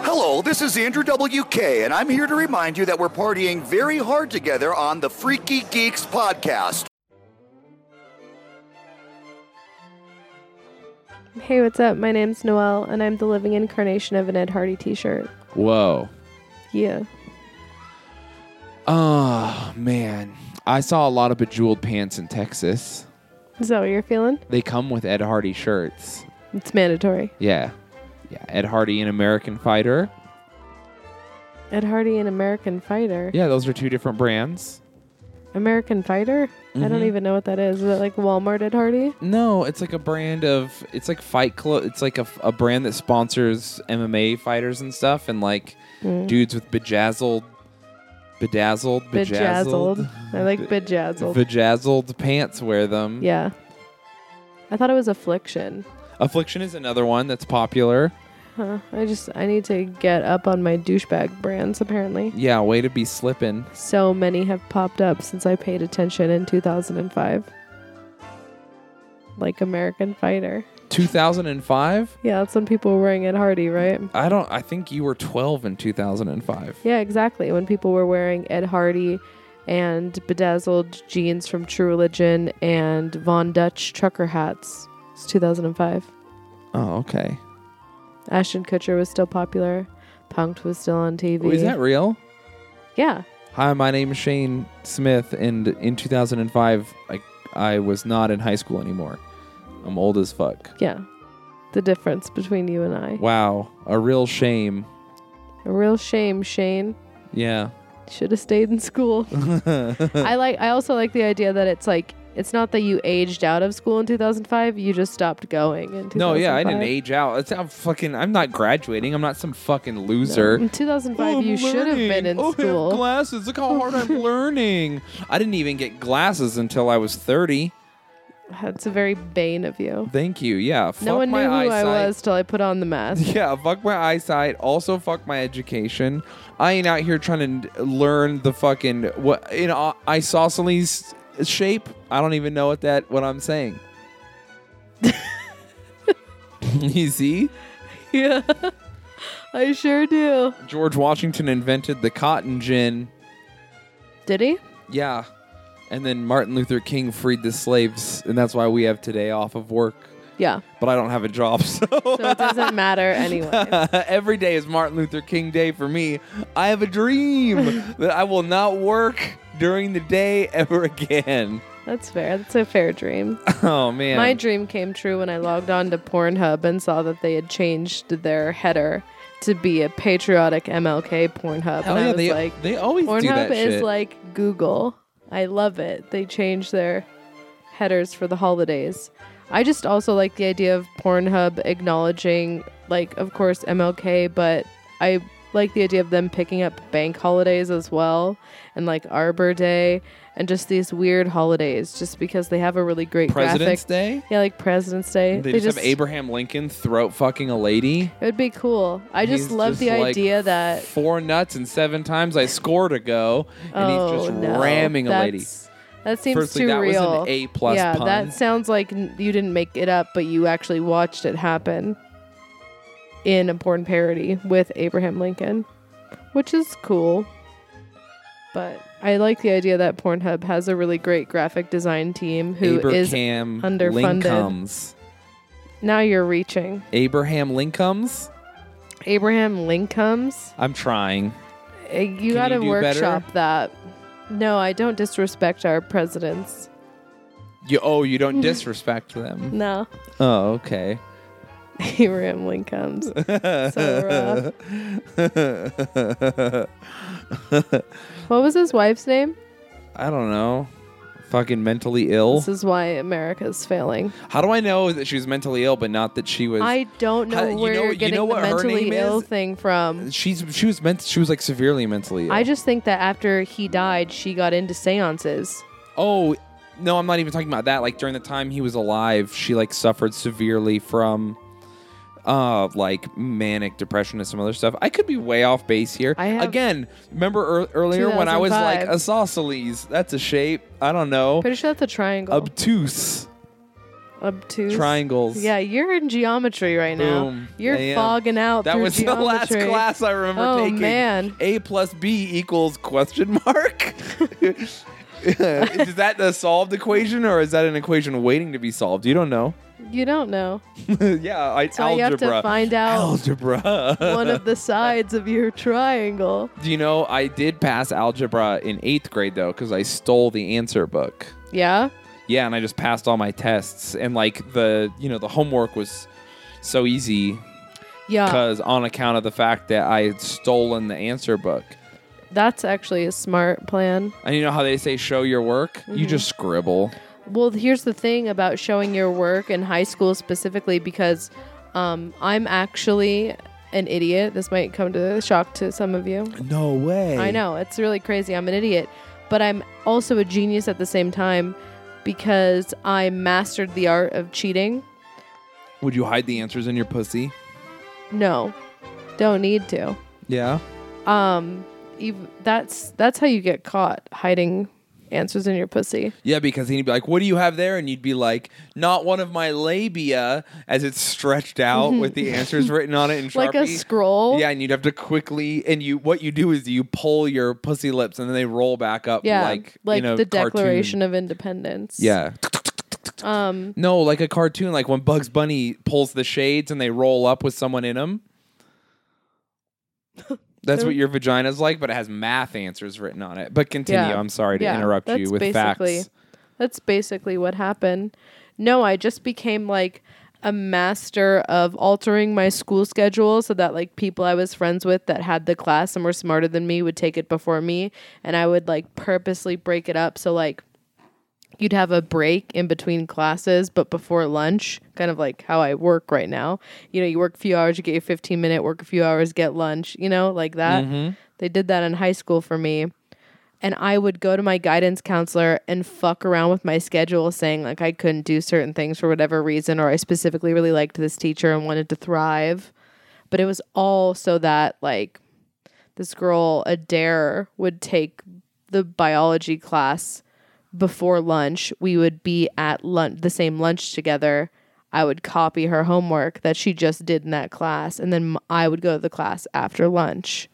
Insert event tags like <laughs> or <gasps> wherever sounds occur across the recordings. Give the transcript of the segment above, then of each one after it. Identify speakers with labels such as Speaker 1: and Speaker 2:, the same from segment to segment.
Speaker 1: Hello, this is Andrew WK, and I'm here to remind you that we're partying very hard together on the Freaky Geeks podcast.
Speaker 2: Hey, what's up? My name's Noelle, and I'm the living incarnation of an Ed Hardy t shirt.
Speaker 3: Whoa.
Speaker 2: Yeah.
Speaker 3: Oh, man. I saw a lot of bejeweled pants in Texas.
Speaker 2: Is that what you're feeling?
Speaker 3: They come with Ed Hardy shirts.
Speaker 2: It's mandatory.
Speaker 3: Yeah. Yeah. Ed Hardy, an American fighter.
Speaker 2: Ed Hardy, an American fighter.
Speaker 3: Yeah, those are two different brands.
Speaker 2: American fighter? I don't even know what that is. Is it like Walmart Ed Hardy?
Speaker 3: No, it's like a brand of, it's like Fight Club. It's like a, f- a brand that sponsors MMA fighters and stuff and like dudes with bejazzled, bedazzled, bejazzled,
Speaker 2: Bejazzled. I like bejazzled.
Speaker 3: bejazzled pants wear them.
Speaker 2: yeah. I thought it was affliction.
Speaker 3: Affliction is another one that's popular.
Speaker 2: Huh. I just, I need to get up on my douchebag brands, apparently.
Speaker 3: Yeah, way to be slipping.
Speaker 2: So many have popped up since I paid attention in 2005. Like American Fighter.
Speaker 3: 2005?
Speaker 2: Yeah, that's when people were wearing Ed Hardy, right?
Speaker 3: I don't I think you were 12 in 2005.
Speaker 2: Yeah, exactly. When people were wearing Ed Hardy and bedazzled jeans from True Religion and Von Dutch trucker hats. It's 2005.
Speaker 3: Oh, okay.
Speaker 2: Ashton Kutcher was still popular. Punked was still on TV.
Speaker 3: Oh, Is that real?
Speaker 2: Yeah.
Speaker 3: Hi, my name is Shane Smith and in 2005 I I was not in high school anymore. I'm old as fuck.
Speaker 2: Yeah. The difference between you and I.
Speaker 3: Wow, a real shame.
Speaker 2: A real shame, Shane.
Speaker 3: Yeah.
Speaker 2: Should have stayed in
Speaker 3: <laughs>
Speaker 2: school. I like I also like the idea that it's like it's not that you aged out of school in 2005, you just stopped going in 2005.
Speaker 3: No, yeah, I didn't age out. It's, I'm fucking I'm not graduating. I'm not some fucking loser.
Speaker 2: In
Speaker 3: Oh,
Speaker 2: 2005, you should have been in school.
Speaker 3: glasses. Look how
Speaker 2: <laughs>
Speaker 3: hard I'm learning. I didn't even get glasses until I was 30.
Speaker 2: That's a very bane of you.
Speaker 3: Thank you. Yeah. Fuck
Speaker 2: no one knew
Speaker 3: my
Speaker 2: who
Speaker 3: eyesight.
Speaker 2: I was till I put on the mask. <laughs>
Speaker 3: <laughs> Yeah, fuck my eyesight. Also, fuck my education. I ain't out here trying to n- learn the fucking what in o- isosceles shape. I don't even know what that what I'm saying. you see,
Speaker 2: yeah. I sure do.
Speaker 3: George Washington invented the cotton gin.
Speaker 2: Did he?
Speaker 3: Yeah. And then Martin Luther King freed the slaves, and that's why we have today off of work.
Speaker 2: Yeah.
Speaker 3: But I don't have a job, <laughs> so
Speaker 2: So it doesn't matter anyway.
Speaker 3: <laughs> every day is Martin Luther King Day for me. I have
Speaker 2: <laughs>
Speaker 3: a dream that I will not work during the day ever again. <laughs>
Speaker 2: That's fair. That's a fair dream.
Speaker 3: Oh man.
Speaker 2: My dream came true when I logged on to Pornhub and saw that they had changed their header to be a patriotic MLK Pornhub. and
Speaker 3: Hell
Speaker 2: I
Speaker 3: Oh, yeah,
Speaker 2: was
Speaker 3: they,
Speaker 2: like,
Speaker 3: they always do
Speaker 2: Pornhub
Speaker 3: that
Speaker 2: is
Speaker 3: shit.
Speaker 2: like Google. I love it. They change their headers for the holidays. I just also like the idea of Pornhub acknowledging, like, of course, MLK, but I like the idea of them picking up bank holidays as well and like Arbor Day and just these weird holidays just because they have a really great
Speaker 3: President's
Speaker 2: graphic.
Speaker 3: Day.
Speaker 2: Yeah, like President's Day.
Speaker 3: They, just, have Abraham Lincoln throat fucking a lady.
Speaker 2: It would be cool. I just
Speaker 3: He's
Speaker 2: love the
Speaker 3: like,
Speaker 2: idea that
Speaker 3: four nuts and seven times I scored a go, and he's just
Speaker 2: Oh, no.
Speaker 3: ramming a lady.
Speaker 2: That's- That seems
Speaker 3: Firstly,
Speaker 2: too
Speaker 3: that was an
Speaker 2: real.
Speaker 3: A plus
Speaker 2: Yeah,
Speaker 3: pun.
Speaker 2: that sounds like n- you didn't make it up, but you actually watched it happen in a porn parody with Abraham Lincoln, which is cool. But I like the idea that Pornhub has a really great graphic design team who is
Speaker 3: Abraham
Speaker 2: underfunded.
Speaker 3: Lincolns.
Speaker 2: now you're reaching
Speaker 3: Abraham Lincolns.
Speaker 2: Abraham Lincoln's.
Speaker 3: I'm trying.
Speaker 2: Uh, You
Speaker 3: you
Speaker 2: got to
Speaker 3: do
Speaker 2: workshop that. No, I don't disrespect our presidents.
Speaker 3: You oh,
Speaker 2: <laughs>
Speaker 3: you don't disrespect them.
Speaker 2: No.
Speaker 3: Oh, okay.
Speaker 2: <laughs> Abraham Lincoln's. so rough. What was his wife's name?
Speaker 3: I don't know. Fucking mentally ill.
Speaker 2: This is why America's failing.
Speaker 3: How do I know that she was mentally ill, but not that she was?
Speaker 2: I don't know
Speaker 3: How- you
Speaker 2: where
Speaker 3: know-
Speaker 2: you are
Speaker 3: you
Speaker 2: getting
Speaker 3: know
Speaker 2: the
Speaker 3: what her
Speaker 2: mentally
Speaker 3: name
Speaker 2: ill
Speaker 3: is?
Speaker 2: thing from.
Speaker 3: She's she was meant. She was like severely mentally ill.
Speaker 2: I just think that after he died, she got into seances.
Speaker 3: Oh no, I'm not even talking about that. Like during the time he was alive, she like suffered severely from. Uh, like manic depression and some other stuff. I could be way off base here.
Speaker 2: I have-
Speaker 3: Again, remember ear earlier when I was like
Speaker 2: 2005.
Speaker 3: isosceles? That's a shape. I don't know.
Speaker 2: Pretty sure that's a triangle.
Speaker 3: Obtuse.
Speaker 2: obtuse.
Speaker 3: Triangles.
Speaker 2: Yeah, you're in geometry right now.
Speaker 3: Boom.
Speaker 2: You're
Speaker 3: I am.
Speaker 2: fogging out.
Speaker 3: That
Speaker 2: through
Speaker 3: was the last
Speaker 2: geometry.
Speaker 3: class I remember
Speaker 2: Oh,
Speaker 3: taking.
Speaker 2: man.
Speaker 3: A plus B equals question mark. <laughs> is that the solved equation or is that an equation waiting to be solved? You don't know. <laughs>
Speaker 2: You don't know.
Speaker 3: yeah, I,
Speaker 2: So
Speaker 3: algebra.
Speaker 2: you have to find out
Speaker 3: algebra.
Speaker 2: one of
Speaker 3: <laughs>
Speaker 2: the sides of your triangle.
Speaker 3: Do you know I did pass algebra in eighth grade though because I stole the answer book.
Speaker 2: Yeah.
Speaker 3: Yeah, and I just passed all my tests and like the you know the homework was so easy
Speaker 2: Yeah.
Speaker 3: because on account of the fact that I had stolen the answer book.
Speaker 2: That's actually a smart plan.
Speaker 3: And you know how they say show your work?
Speaker 2: Mm-hmm.
Speaker 3: You just scribble.
Speaker 2: Well, here's the thing about showing your work in high school specifically because um, I'm actually an idiot. This might come to shock to some of you.
Speaker 3: No way.
Speaker 2: I know. It's really crazy. I'm an idiot, but I'm also a genius at the same time because I mastered the art of cheating.
Speaker 3: Would you hide the answers in your pussy?
Speaker 2: No. Don't need to.
Speaker 3: Yeah.
Speaker 2: Um ev- that's that's how you get caught hiding answers in your pussy.
Speaker 3: Yeah, because he'd be like, "What do you have there?" And you'd be like, "Not one of my labia," as it's stretched out with the answers written on it in Sharpie.
Speaker 2: Mm-hmm. <laughs> Like a scroll.
Speaker 3: Yeah, and you'd have to quickly and you what you do is you pull your pussy lips and then they roll back up
Speaker 2: Yeah.
Speaker 3: like
Speaker 2: Like,
Speaker 3: in a
Speaker 2: the
Speaker 3: cartoon.
Speaker 2: Declaration of Independence.
Speaker 3: Yeah.
Speaker 2: Um
Speaker 3: No, like a cartoon, like when Bugs Bunny pulls the shades and they roll up with someone
Speaker 2: <laughs>
Speaker 3: in them. That's what your vagina's like, but it has math answers written on it. But continue.
Speaker 2: Yeah.
Speaker 3: I'm sorry to
Speaker 2: yeah,
Speaker 3: interrupt you
Speaker 2: that's
Speaker 3: with
Speaker 2: basically-
Speaker 3: facts.
Speaker 2: That's basically what happened. No, I just became like a master of altering my school schedule so that like people I was friends with that had the class and were smarter than me would take it before me and I would like purposely break it up so like you'd have a break in between classes but before lunch kind of like how i work right now you know you work a few hours you get your 15 minute work a few hours get lunch you know like that
Speaker 3: Mm-hmm.
Speaker 2: they did that in high school for me and i would go to my guidance counselor and fuck around with my schedule saying like i couldn't do certain things for whatever reason or i specifically really liked this teacher and wanted to thrive but it was all so that like this girl Adair would take the biology class before lunch. We would be at lunch the same lunch together. I would copy her homework that she just did in that class, and then m- I would go to the class after lunch.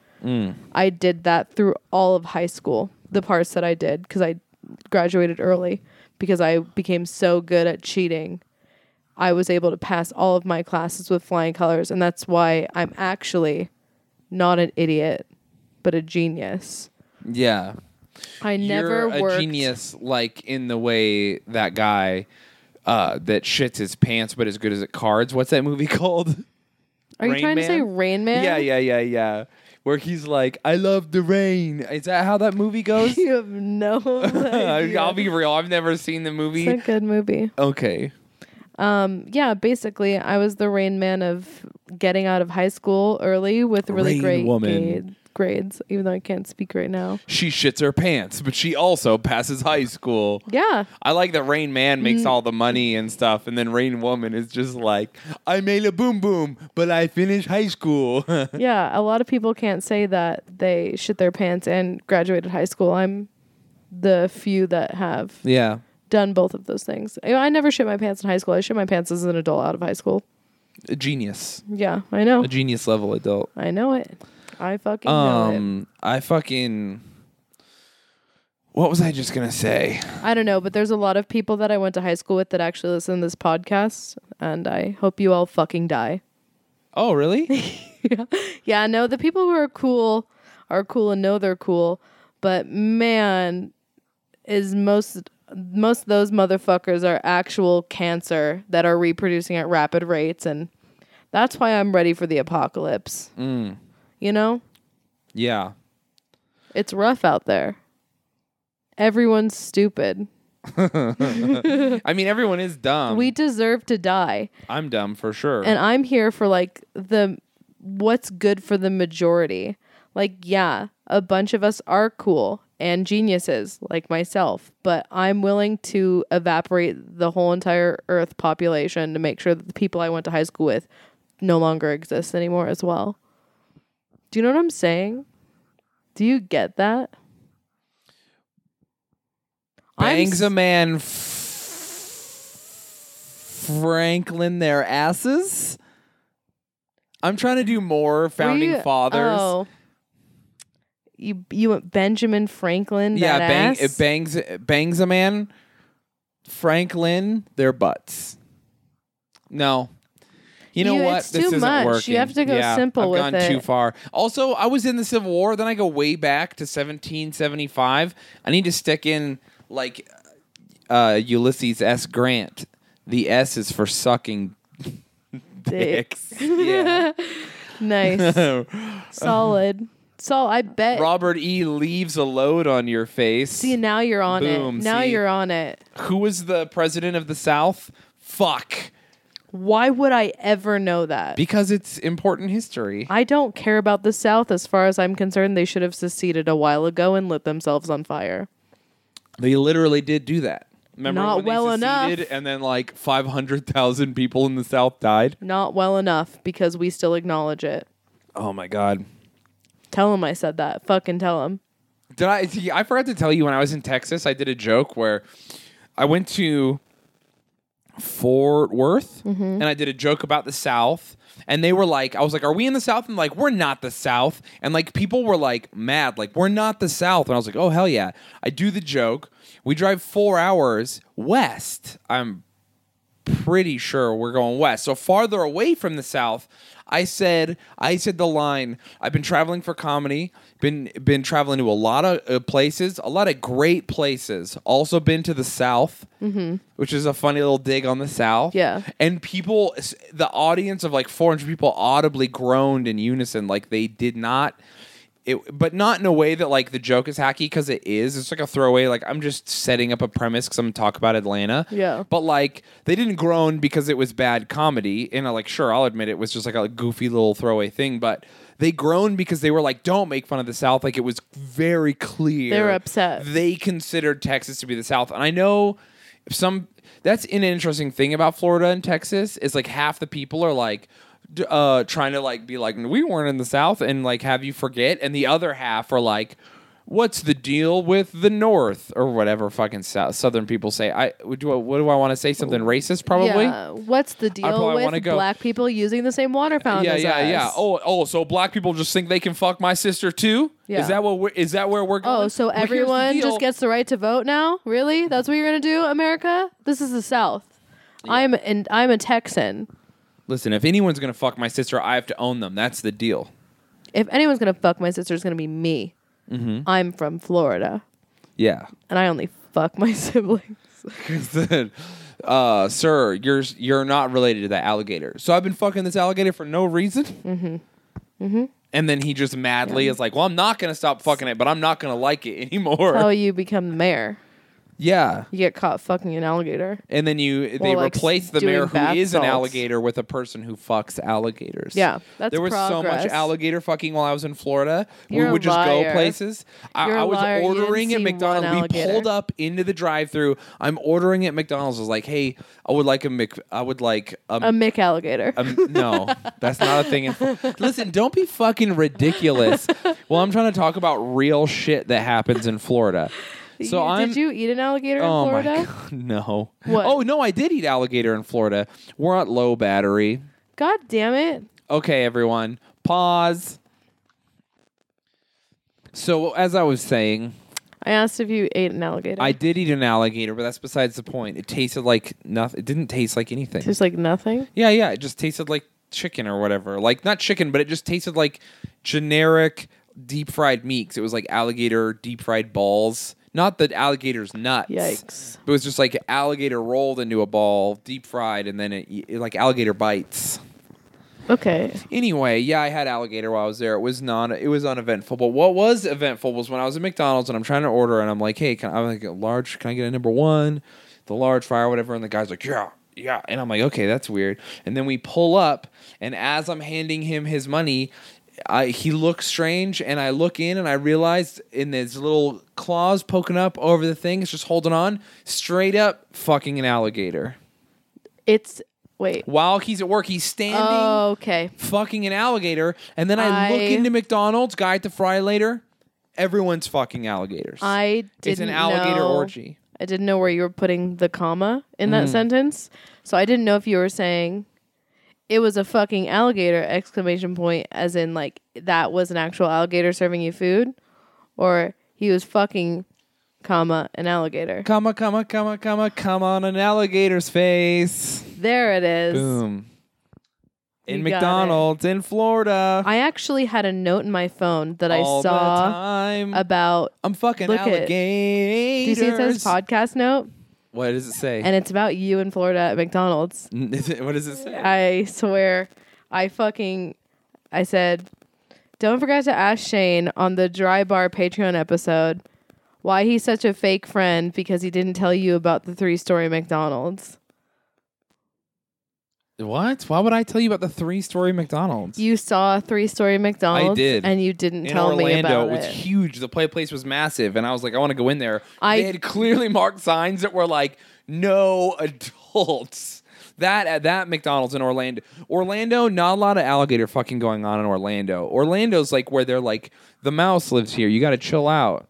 Speaker 2: I did that through all of high school, the parts that I did, because I graduated early because I became so good at cheating. I was able to pass all of my classes with flying colors, and that's why I'm actually not an idiot, but a genius.
Speaker 3: Yeah.
Speaker 2: I never
Speaker 3: You're a
Speaker 2: worked.
Speaker 3: genius like in the way that guy uh, that shits his pants but is good as at cards. What's that movie <laughs> called?
Speaker 2: Are you
Speaker 3: Rain
Speaker 2: trying to say
Speaker 3: Man?
Speaker 2: Rain Man?
Speaker 3: Yeah, yeah, yeah, yeah. Where he's like, I love the rain. Is that how that
Speaker 2: <laughs>
Speaker 3: movie
Speaker 2: <laughs>
Speaker 3: goes? <laughs>
Speaker 2: You have no. idea.
Speaker 3: I'll be real. I've never seen the movie.
Speaker 2: It's a good movie.
Speaker 3: okay.
Speaker 2: Yeah, basically, I was the Rain Man of getting out of high school early with really
Speaker 3: Rain
Speaker 2: great
Speaker 3: Woman.
Speaker 2: grade- grades, even though I can't speak right now.
Speaker 3: She shits her pants, but she also passes high school.
Speaker 2: Yeah.
Speaker 3: I like that Rain Man makes all the money and stuff, and then Rain Woman is just like, I made a boom boom, but I finished high school. <laughs>
Speaker 2: Yeah, a lot of people can't say that they shit their pants and graduated high school. I'm the few that have
Speaker 3: yeah.
Speaker 2: done both of those things. I I never shit my pants in high school. I shit my pants as an adult out of high school.
Speaker 3: A genius.
Speaker 2: Yeah, I know.
Speaker 3: A genius level adult.
Speaker 2: I know it. I fucking know
Speaker 3: Um, I fucking. What was I just gonna say?
Speaker 2: it. I don't know, but there's a lot of people that I went to high school with that actually listen to this podcast, and I hope you all fucking die.
Speaker 3: Oh, really?
Speaker 2: Yeah, no, the people who are cool are cool and know they're cool, but man, is most most of those motherfuckers are actual cancer that are reproducing at rapid rates, and that's why I'm ready for the apocalypse. You know,
Speaker 3: <laughs> yeah.
Speaker 2: it's rough out there. Everyone's stupid.
Speaker 3: I mean, everyone is dumb.
Speaker 2: We deserve to die.
Speaker 3: I'm dumb for sure.
Speaker 2: and I'm here for like the what's good for the majority. Like, yeah, a bunch of us are cool and geniuses like myself, but I'm willing to evaporate the whole entire earth population to make sure that the people I went to high school with no longer exist anymore as well. Do you know what I'm saying? Do you get that? I'm s-
Speaker 3: Bangs a man f- Franklin their asses. I'm trying to do more founding
Speaker 2: Were you-
Speaker 3: fathers.
Speaker 2: Oh. You you went Benjamin Franklin.
Speaker 3: yeah,
Speaker 2: that
Speaker 3: bang,
Speaker 2: ass?
Speaker 3: it bangs it bangs a man. Franklin their butts. No. You know
Speaker 2: You-
Speaker 3: what?
Speaker 2: it's
Speaker 3: this
Speaker 2: too
Speaker 3: isn't
Speaker 2: much. You
Speaker 3: working.
Speaker 2: have to go
Speaker 3: Yeah,
Speaker 2: simple
Speaker 3: I've
Speaker 2: with
Speaker 3: gone
Speaker 2: it.
Speaker 3: too far. Also, I was in the Civil War. Then I go way back to 1775. I need to stick in like uh, Ulysses S. Grant. The S is for sucking dicks.
Speaker 2: <laughs>
Speaker 3: Yeah. <laughs>
Speaker 2: nice, solid. So I bet.
Speaker 3: Robert E. leaves a load on your face.
Speaker 2: see, now you're on
Speaker 3: Boom,
Speaker 2: it. Now
Speaker 3: see?
Speaker 2: you're on it.
Speaker 3: Who was the president of the South? Fuck.
Speaker 2: Why would I ever know that?
Speaker 3: Because it's important history.
Speaker 2: I don't care about the South as far as I'm concerned. They should have seceded a while ago and lit themselves on fire.
Speaker 3: They literally did do that. Remember
Speaker 2: Not
Speaker 3: when they
Speaker 2: well enough.
Speaker 3: seceded and then like 500,000 people in the South died?
Speaker 2: Not well enough because we still acknowledge it.
Speaker 3: Oh my God.
Speaker 2: Tell him I said that. Fucking tell him.
Speaker 3: Did I? see, I forgot to tell you when I was in Texas, I did a joke where I went to Fort Worth and I did a joke about the South. And they were like, I was like, are we in the South? And like, we're not the South. And like, people were like mad, like, we're not the South. And I was like, oh, hell yeah. I do the joke. We drive four hours west. I'm pretty sure we're going west. So farther away from the south, I said I said the line. I've been traveling for comedy, been been traveling to a lot of uh, places, a lot of great places. Also been to the south, which is a funny little dig on the south.
Speaker 2: Yeah.
Speaker 3: and people, s- the audience of like 400 people audibly groaned in unison, like they did not. It, but not in a way that like the joke is hacky because it is. It's like a throwaway. Like I'm just setting up a premise because I'm gonna talk about Atlanta.
Speaker 2: Yeah.
Speaker 3: But like they didn't groan because it was bad comedy. And I like sure I'll admit it was just like a goofy little throwaway thing, but they groaned because they were like, "Don't make fun of the South." Like it was very clear.
Speaker 2: They were upset.
Speaker 3: They considered Texas to be the South, and I know some. That's an interesting thing about Florida and Texas is like half the people are like. d- Uh, trying to like be like we weren't in the South and like have you forget, and the other half are like, what's the deal with the North or whatever fucking South, Southern people say. I do. I, what do I want to say? Something racist, probably.
Speaker 2: Yeah. What's the deal
Speaker 3: probably wanna
Speaker 2: with
Speaker 3: go-
Speaker 2: black people using the same water fountain?
Speaker 3: Yeah,
Speaker 2: as
Speaker 3: yeah,
Speaker 2: us?
Speaker 3: yeah. Oh, oh. So black people just think they can fuck my sister too.
Speaker 2: Yeah.
Speaker 3: Is that what? We're, is that where we're going?
Speaker 2: Oh, so
Speaker 3: Well, here's the
Speaker 2: everyone
Speaker 3: deal.
Speaker 2: just gets the right to vote now? Really? That's what you're gonna do, America? This is the South. I'm and I'm a Texan.
Speaker 3: Listen, if anyone's gonna fuck my sister, I have to own them. That's the deal.
Speaker 2: If anyone's gonna fuck my sister, it's gonna be me.
Speaker 3: Mm-hmm.
Speaker 2: I'm from Florida,
Speaker 3: Yeah.
Speaker 2: and I only fuck my <laughs> siblings.
Speaker 3: uh, sir, you're you're not related to that alligator. So I've been fucking this alligator for no reason. Mm-hmm. Mm-hmm. And then he just madly is like, "Well, I'm not gonna stop fucking it, but I'm not gonna like it anymore."
Speaker 2: How you become the mayor?
Speaker 3: Yeah.
Speaker 2: You get caught fucking an alligator.
Speaker 3: And then you they
Speaker 2: Well, like,
Speaker 3: replace the
Speaker 2: doing
Speaker 3: mayor who
Speaker 2: bath
Speaker 3: is an
Speaker 2: salts.
Speaker 3: alligator with a person who fucks alligators.
Speaker 2: Yeah, that's
Speaker 3: there was so much
Speaker 2: progress.
Speaker 3: alligator fucking while I was in Florida.
Speaker 2: You're
Speaker 3: we
Speaker 2: a
Speaker 3: would just go
Speaker 2: liar.
Speaker 3: places. I,
Speaker 2: You're a
Speaker 3: I was
Speaker 2: liar. You didn't
Speaker 3: ordering at
Speaker 2: see
Speaker 3: McDonald's.
Speaker 2: one
Speaker 3: We
Speaker 2: alligator.
Speaker 3: pulled up into the drive-through. I'm ordering at McDonald's. I was like, hey, I would like a Mc. I would like a.
Speaker 2: A Mick alligator.
Speaker 3: Um, no, that's not a thing. In
Speaker 2: <laughs>
Speaker 3: Listen, don't be fucking ridiculous. Well, I'm trying to talk about real shit that happens in Florida. So
Speaker 2: You-
Speaker 3: I'm.
Speaker 2: did you eat an alligator
Speaker 3: Oh
Speaker 2: in Florida?
Speaker 3: my god, <laughs> no.
Speaker 2: What?
Speaker 3: Oh no, I did eat alligator in Florida. We're at low battery.
Speaker 2: God damn it!
Speaker 3: Okay, everyone, pause. So as I was saying,
Speaker 2: I asked if you ate an alligator.
Speaker 3: I did eat an alligator, but that's besides the point. It tasted like nothing. It didn't taste like anything.
Speaker 2: Tastes like nothing.
Speaker 3: Yeah, yeah. It just tasted like chicken or whatever. Like not chicken, but it just tasted like generic deep fried meats. It was like alligator deep fried balls. Not the alligator's nuts.
Speaker 2: Yikes.
Speaker 3: It was just like alligator rolled into a ball, deep fried, and then it, it like alligator bites.
Speaker 2: Okay.
Speaker 3: Anyway, yeah, I had alligator while I was there. It was non it was uneventful. But what was eventful was when I was at McDonald's and I'm trying to order and I'm like, hey, can I I'm like a large can I get a number one? The large fry or whatever, and the guy's like, Yeah, yeah. And I'm like, okay, that's weird. And then we pull up, and as I'm handing him his money, I, he looks strange, and I look in, and I realize in his little claws poking up over the thing, it's just holding on, straight up fucking an alligator.
Speaker 2: It's wait.
Speaker 3: While he's at work, he's standing
Speaker 2: Oh, okay.
Speaker 3: fucking an alligator. And then I, look
Speaker 2: I-
Speaker 3: into McDonald's, guy at the fry later. Everyone's fucking alligators.
Speaker 2: I didn't
Speaker 3: it's an alligator
Speaker 2: know.
Speaker 3: orgy. Mm.
Speaker 2: I didn't know where you were putting the comma in that sentence. So I didn't know if you were saying it was a fucking alligator exclamation point as in like that was an actual alligator serving you food or he was fucking comma an alligator.
Speaker 3: Comma, comma, comma, comma, come on an alligator's face.
Speaker 2: There it is.
Speaker 3: Boom. In
Speaker 2: You got it.
Speaker 3: McDonald's in Florida.
Speaker 2: I actually had a note in my phone that I
Speaker 3: all the
Speaker 2: saw
Speaker 3: time.
Speaker 2: about
Speaker 3: I'm fucking
Speaker 2: look at-
Speaker 3: alligators.
Speaker 2: Do you see it says podcast note?
Speaker 3: What does it say?
Speaker 2: And it's about you in Florida at McDonald's.
Speaker 3: <laughs> what does it say?
Speaker 2: I swear, I fucking, I said, don't forget to ask Shane on the Dry Bar Patreon episode why he's such a fake friend because he didn't tell you about the three story McDonald's.
Speaker 3: What? Why would I tell you about the three-story McDonald's?
Speaker 2: You saw three story McDonald's.
Speaker 3: did.
Speaker 2: And you didn't
Speaker 3: in
Speaker 2: tell
Speaker 3: Orlando,
Speaker 2: me about
Speaker 3: it was
Speaker 2: it.
Speaker 3: huge. The play place was massive, and I was like, I want to go in there.
Speaker 2: I-
Speaker 3: they had clearly marked signs that were like, "No adults." That at that McDonald's in Orlando, Orlando, not a lot of alligator fucking going on in Orlando. Orlando's like where they're like, the mouse lives here. You got to chill out.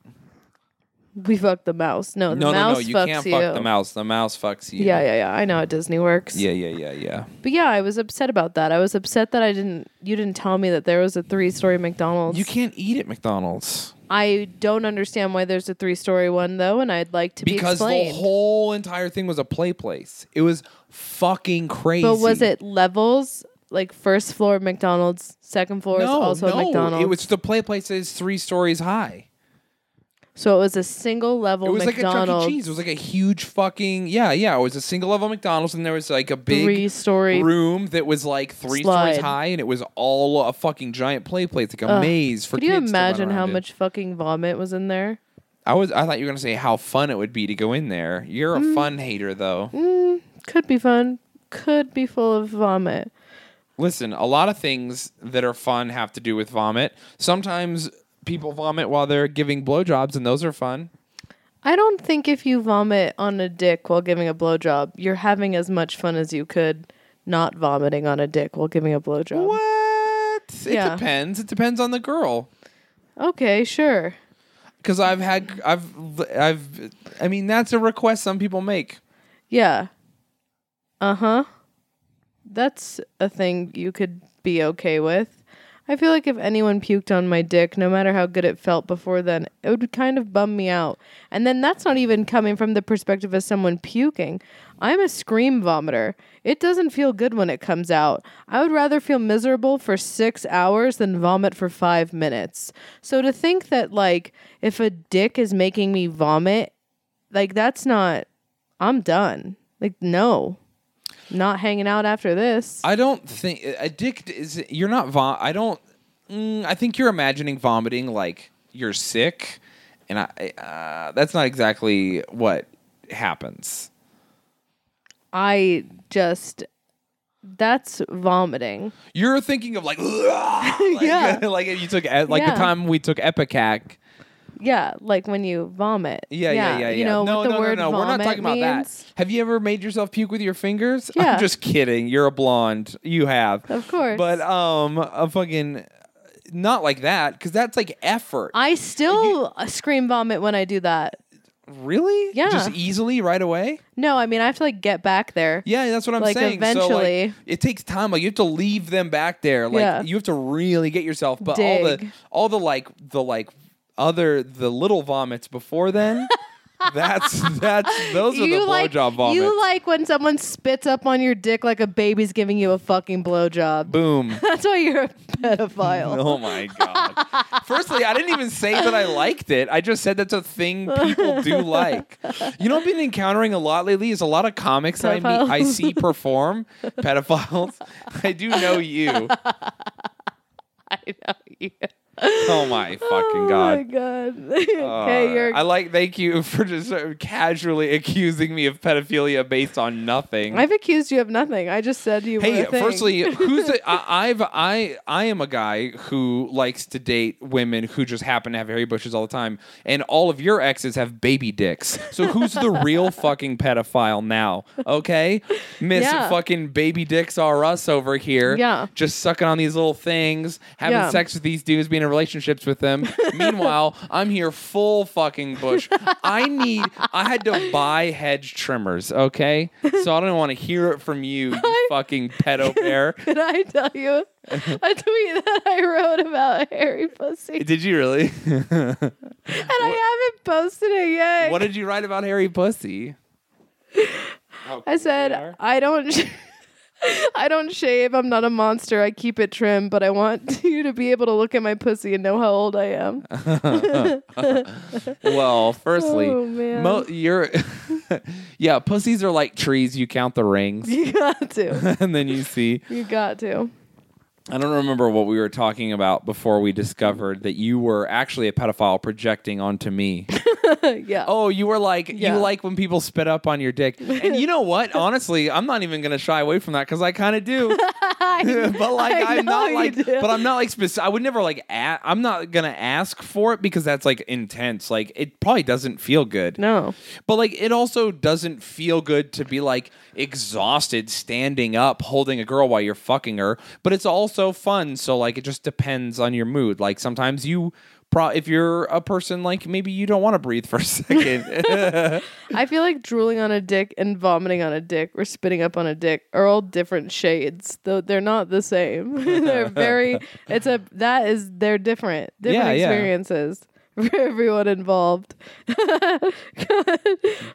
Speaker 2: We fucked the mouse. No, the
Speaker 3: No, no,
Speaker 2: mouse
Speaker 3: no. You
Speaker 2: fucks
Speaker 3: can't
Speaker 2: you.
Speaker 3: fuck the mouse. The mouse fucks you.
Speaker 2: Yeah, yeah, yeah. I know at Disney Works.
Speaker 3: yeah, yeah, yeah, yeah.
Speaker 2: But yeah, I was upset about that. I was upset that I didn't you didn't tell me that there was a three story McDonald's.
Speaker 3: You can't eat at McDonald's.
Speaker 2: I don't understand why there's a three story one though, and I'd like to be
Speaker 3: because the
Speaker 2: explained.
Speaker 3: whole entire thing was a play place. It was fucking crazy.
Speaker 2: but was it levels? Like first floor McDonald's, second floor is
Speaker 3: no,
Speaker 2: also
Speaker 3: no,
Speaker 2: a McDonald's.
Speaker 3: It was the play place is three stories high.
Speaker 2: so it was a single level
Speaker 3: It was like a
Speaker 2: McDonald's
Speaker 3: Chuck E. Cheese. It was like a huge fucking yeah, yeah. It was a single level McDonald's, and there was like a big
Speaker 2: three story
Speaker 3: room that was like three
Speaker 2: slide.
Speaker 3: stories high, and it was all a fucking giant play place, like a maze for
Speaker 2: Could you
Speaker 3: kids to run
Speaker 2: imagine how
Speaker 3: around in.
Speaker 2: much fucking vomit was in there?
Speaker 3: I was. I thought you were gonna say how fun it would be to go in there. You're
Speaker 2: Mm.
Speaker 3: a fun hater, though.
Speaker 2: Could be fun. Could be full of vomit.
Speaker 3: Listen, a lot of things that are fun have to do with vomit. Sometimes people vomit while they're giving blowjobs, and those are fun.
Speaker 2: I don't think if you vomit on a dick while giving a blowjob, you're having as much fun as you could not vomiting on a dick while giving a blowjob.
Speaker 3: What? It
Speaker 2: Yeah.
Speaker 3: depends. It depends on the girl.
Speaker 2: Okay, sure.
Speaker 3: Because I've had, I've, I've, I mean, that's a request some people make.
Speaker 2: Yeah. Uh huh. That's a thing you could be okay with. I feel like if anyone puked on my dick, no matter how good it felt before then, it would kind of bum me out. And then that's not even coming from the perspective of someone puking. I'm a scream vomiter. It doesn't feel good when it comes out. I would rather feel miserable for six hours than vomit for five minutes. So to think that, like, if a dick is making me vomit, like, that's not I'm done. Like, no, not hanging out after this.
Speaker 3: I don't think a dick is. You're not vom. I don't. Mm, I think you're imagining vomiting like you're sick, and I. Uh, that's not exactly what happens.
Speaker 2: I just, that's vomiting.
Speaker 3: You're thinking of like, <laughs> like
Speaker 2: <laughs> Yeah.
Speaker 3: <laughs> like if you took e- like
Speaker 2: Yeah.
Speaker 3: the time we took Epicac.
Speaker 2: Yeah, like when you vomit.
Speaker 3: Yeah, yeah, yeah, yeah.
Speaker 2: You know
Speaker 3: no,
Speaker 2: what the
Speaker 3: no,
Speaker 2: word
Speaker 3: no, no. We're
Speaker 2: vomit
Speaker 3: not talking about
Speaker 2: means?
Speaker 3: that. Have you ever made yourself puke with your fingers? <laughs>
Speaker 2: Yeah.
Speaker 3: I'm just kidding. You're a blonde. You have,
Speaker 2: Of course.
Speaker 3: But um, a fucking not like that because that's like effort.
Speaker 2: I still uh scream vomit when I do that.
Speaker 3: really?
Speaker 2: Yeah.
Speaker 3: Just easily right away.
Speaker 2: No, I mean I have to like get back there.
Speaker 3: Yeah, that's what I'm
Speaker 2: Like,
Speaker 3: saying. So, like,
Speaker 2: eventually-
Speaker 3: it takes time. Like you have to leave them back there. Like
Speaker 2: Yeah.
Speaker 3: you have to really get yourself. But all
Speaker 2: Dig.
Speaker 3: the all the like the like other the little vomits
Speaker 2: <laughs>
Speaker 3: before then. that's that's those are the
Speaker 2: like
Speaker 3: blowjob vomits.
Speaker 2: you like when someone spits up on your dick like a baby's giving you a fucking blowjob.
Speaker 3: Boom.
Speaker 2: That's why you're a pedophile.
Speaker 3: <laughs> Oh my god. Firstly, I didn't even say that I liked it. I just said that's a thing people <laughs> do like. You know what I've been encountering a lot lately is a lot of comics that I meet I
Speaker 2: Pedophiles.
Speaker 3: see perform <laughs> pedophiles. I do know you.
Speaker 2: <laughs> I know you.
Speaker 3: <laughs> Oh my fucking
Speaker 2: Oh my
Speaker 3: god.
Speaker 2: god. <laughs> okay,
Speaker 3: Uh,
Speaker 2: you're
Speaker 3: I like thank you for just uh, casually accusing me of pedophilia based on nothing.
Speaker 2: I've accused you of nothing. I just said you were.
Speaker 3: Hey,
Speaker 2: a thing. <laughs>
Speaker 3: firstly, who's the, I, I've I I am a guy who likes to date women who just happen to have hairy bushes all the time, and all of your exes have baby dicks. So who's the real fucking pedophile now? Okay, Miss
Speaker 2: Yeah.
Speaker 3: fucking baby dicks are us over here.
Speaker 2: Yeah.
Speaker 3: just sucking on these little things, having
Speaker 2: Yeah.
Speaker 3: sex with these dudes, being a in relationships
Speaker 2: <laughs>
Speaker 3: with them. Meanwhile, I'm here full fucking bush. I need. I had to buy hedge trimmers. Okay, so I don't want to hear it from you, you
Speaker 2: <laughs>
Speaker 3: fucking pedo bear.
Speaker 2: Can I tell
Speaker 3: <laughs>
Speaker 2: you a tweet that I wrote about hairy pussy?
Speaker 3: Did you really?
Speaker 2: and I haven't posted it yet.
Speaker 3: <laughs> what did you write about hairy pussy? How
Speaker 2: I
Speaker 3: cool they
Speaker 2: said,
Speaker 3: are.
Speaker 2: I don't. sh- <laughs> I don't shave. I'm not a monster. I keep it trim, but I want <laughs> you to be able to look at my pussy and know how old I
Speaker 3: <laughs>
Speaker 2: am.
Speaker 3: Well, firstly,
Speaker 2: Oh, man.
Speaker 3: mo- you're <laughs> yeah, pussies are like trees. You count the
Speaker 2: <laughs> <laughs>
Speaker 3: rings, <laughs>
Speaker 2: You got to.
Speaker 3: and then you see.
Speaker 2: You got to. <laughs>
Speaker 3: I don't remember what we were talking about before we discovered that you were actually a pedophile projecting onto me.
Speaker 2: yeah.
Speaker 3: Oh, you were like
Speaker 2: Yeah.
Speaker 3: you like when people spit up on your dick, and you know
Speaker 2: <laughs>
Speaker 3: what? Honestly, I'm not even gonna shy away from that because I kind of do. <laughs> but like
Speaker 2: <laughs> I
Speaker 3: I'm
Speaker 2: know
Speaker 3: not
Speaker 2: you
Speaker 3: like,
Speaker 2: do.
Speaker 3: but I'm not like specific. I would never like. A- I'm not gonna ask for it because that's like intense. Like it probably doesn't feel good.
Speaker 2: no.
Speaker 3: But like it also doesn't feel good to be like exhausted standing up holding a girl while you're fucking her, but it's also fun, so like it just depends on your mood. Like sometimes you pro if you're a person like maybe you don't want to breathe for
Speaker 2: <laughs>
Speaker 3: a second.
Speaker 2: I feel like drooling on a dick and vomiting on a dick or spitting up on a dick are all different shades, though they're not the same. <laughs> they're very. It's a that is they're different, different
Speaker 3: Yeah, yeah.
Speaker 2: experiences <laughs> for everyone involved. <laughs>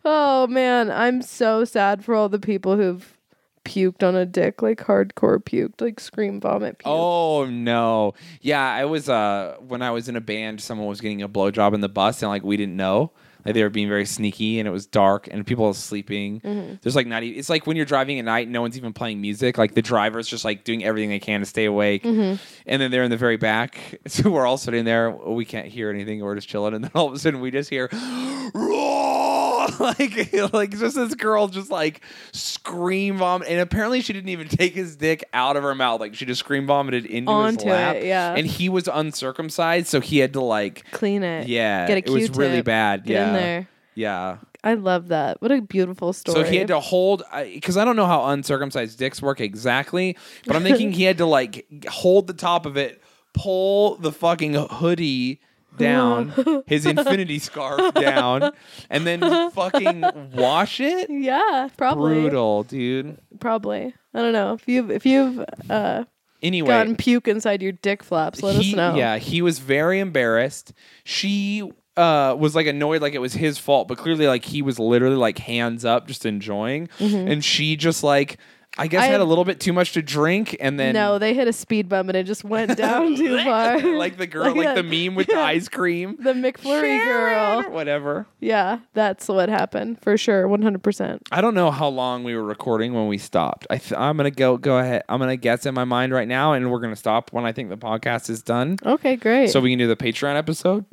Speaker 2: oh man, I'm so sad for all the people who've puked on a dick, like hardcore puked, like scream vomit. Puke.
Speaker 3: Oh no. Yeah, I was uh when I was in a band, someone was getting a blowjob in the bus and like we didn't know. Like they were being very sneaky and it was dark and people are sleeping. There's like not even it's like when you're driving at night and no one's even playing music. Like the driver's just like doing everything they can to stay awake. And then they're in the very back. <laughs> So we're all sitting there, we can't hear anything, we're just chilling, and then all of a sudden we just hear <gasps> roar! <laughs> like like just this girl just like scream vomit and apparently she didn't even take his dick out of her mouth like she just scream vomited into his
Speaker 2: Onto
Speaker 3: lap
Speaker 2: it, yeah.
Speaker 3: and he was uncircumcised so he had to like
Speaker 2: Clean it.
Speaker 3: yeah
Speaker 2: Get a
Speaker 3: it was really
Speaker 2: Q-tip.
Speaker 3: bad
Speaker 2: Get
Speaker 3: yeah
Speaker 2: in there.
Speaker 3: yeah
Speaker 2: I love that. What a beautiful story.
Speaker 3: so he had to hold, because I don't know how uncircumcised dicks work exactly, but I'm thinking he had to like hold the top of it, pull the fucking hoodie
Speaker 2: <laughs>
Speaker 3: down, his infinity scarf down, and then fucking wash it.
Speaker 2: Yeah, probably.
Speaker 3: Brutal, dude.
Speaker 2: Probably. I don't know. If you've if you've uh,
Speaker 3: Anyway,
Speaker 2: gotten puke inside your dick flaps, let
Speaker 3: he-
Speaker 2: us know.
Speaker 3: Yeah, he was very embarrassed. She uh, was like annoyed, like it was his fault, but clearly, like he was literally like hands up, just enjoying, and she just like. I guess
Speaker 2: Mm-hmm. I-
Speaker 3: had a little bit too much to drink, and then
Speaker 2: No, they hit a speed bump and it just
Speaker 3: <laughs>
Speaker 2: went down too far.
Speaker 3: like the girl, like
Speaker 2: <laughs>
Speaker 3: the
Speaker 2: that-
Speaker 3: meme with the ice cream,
Speaker 2: the McFlurry girl.
Speaker 3: whatever.
Speaker 2: Yeah, that's what happened for sure, one hundred percent.
Speaker 3: I don't know how long we were recording when we stopped. I th- I'm gonna go go ahead. I'm gonna guess in my mind right now, and we're gonna stop when I think the podcast is done,
Speaker 2: Okay, great.
Speaker 3: so we can do the Patreon episode.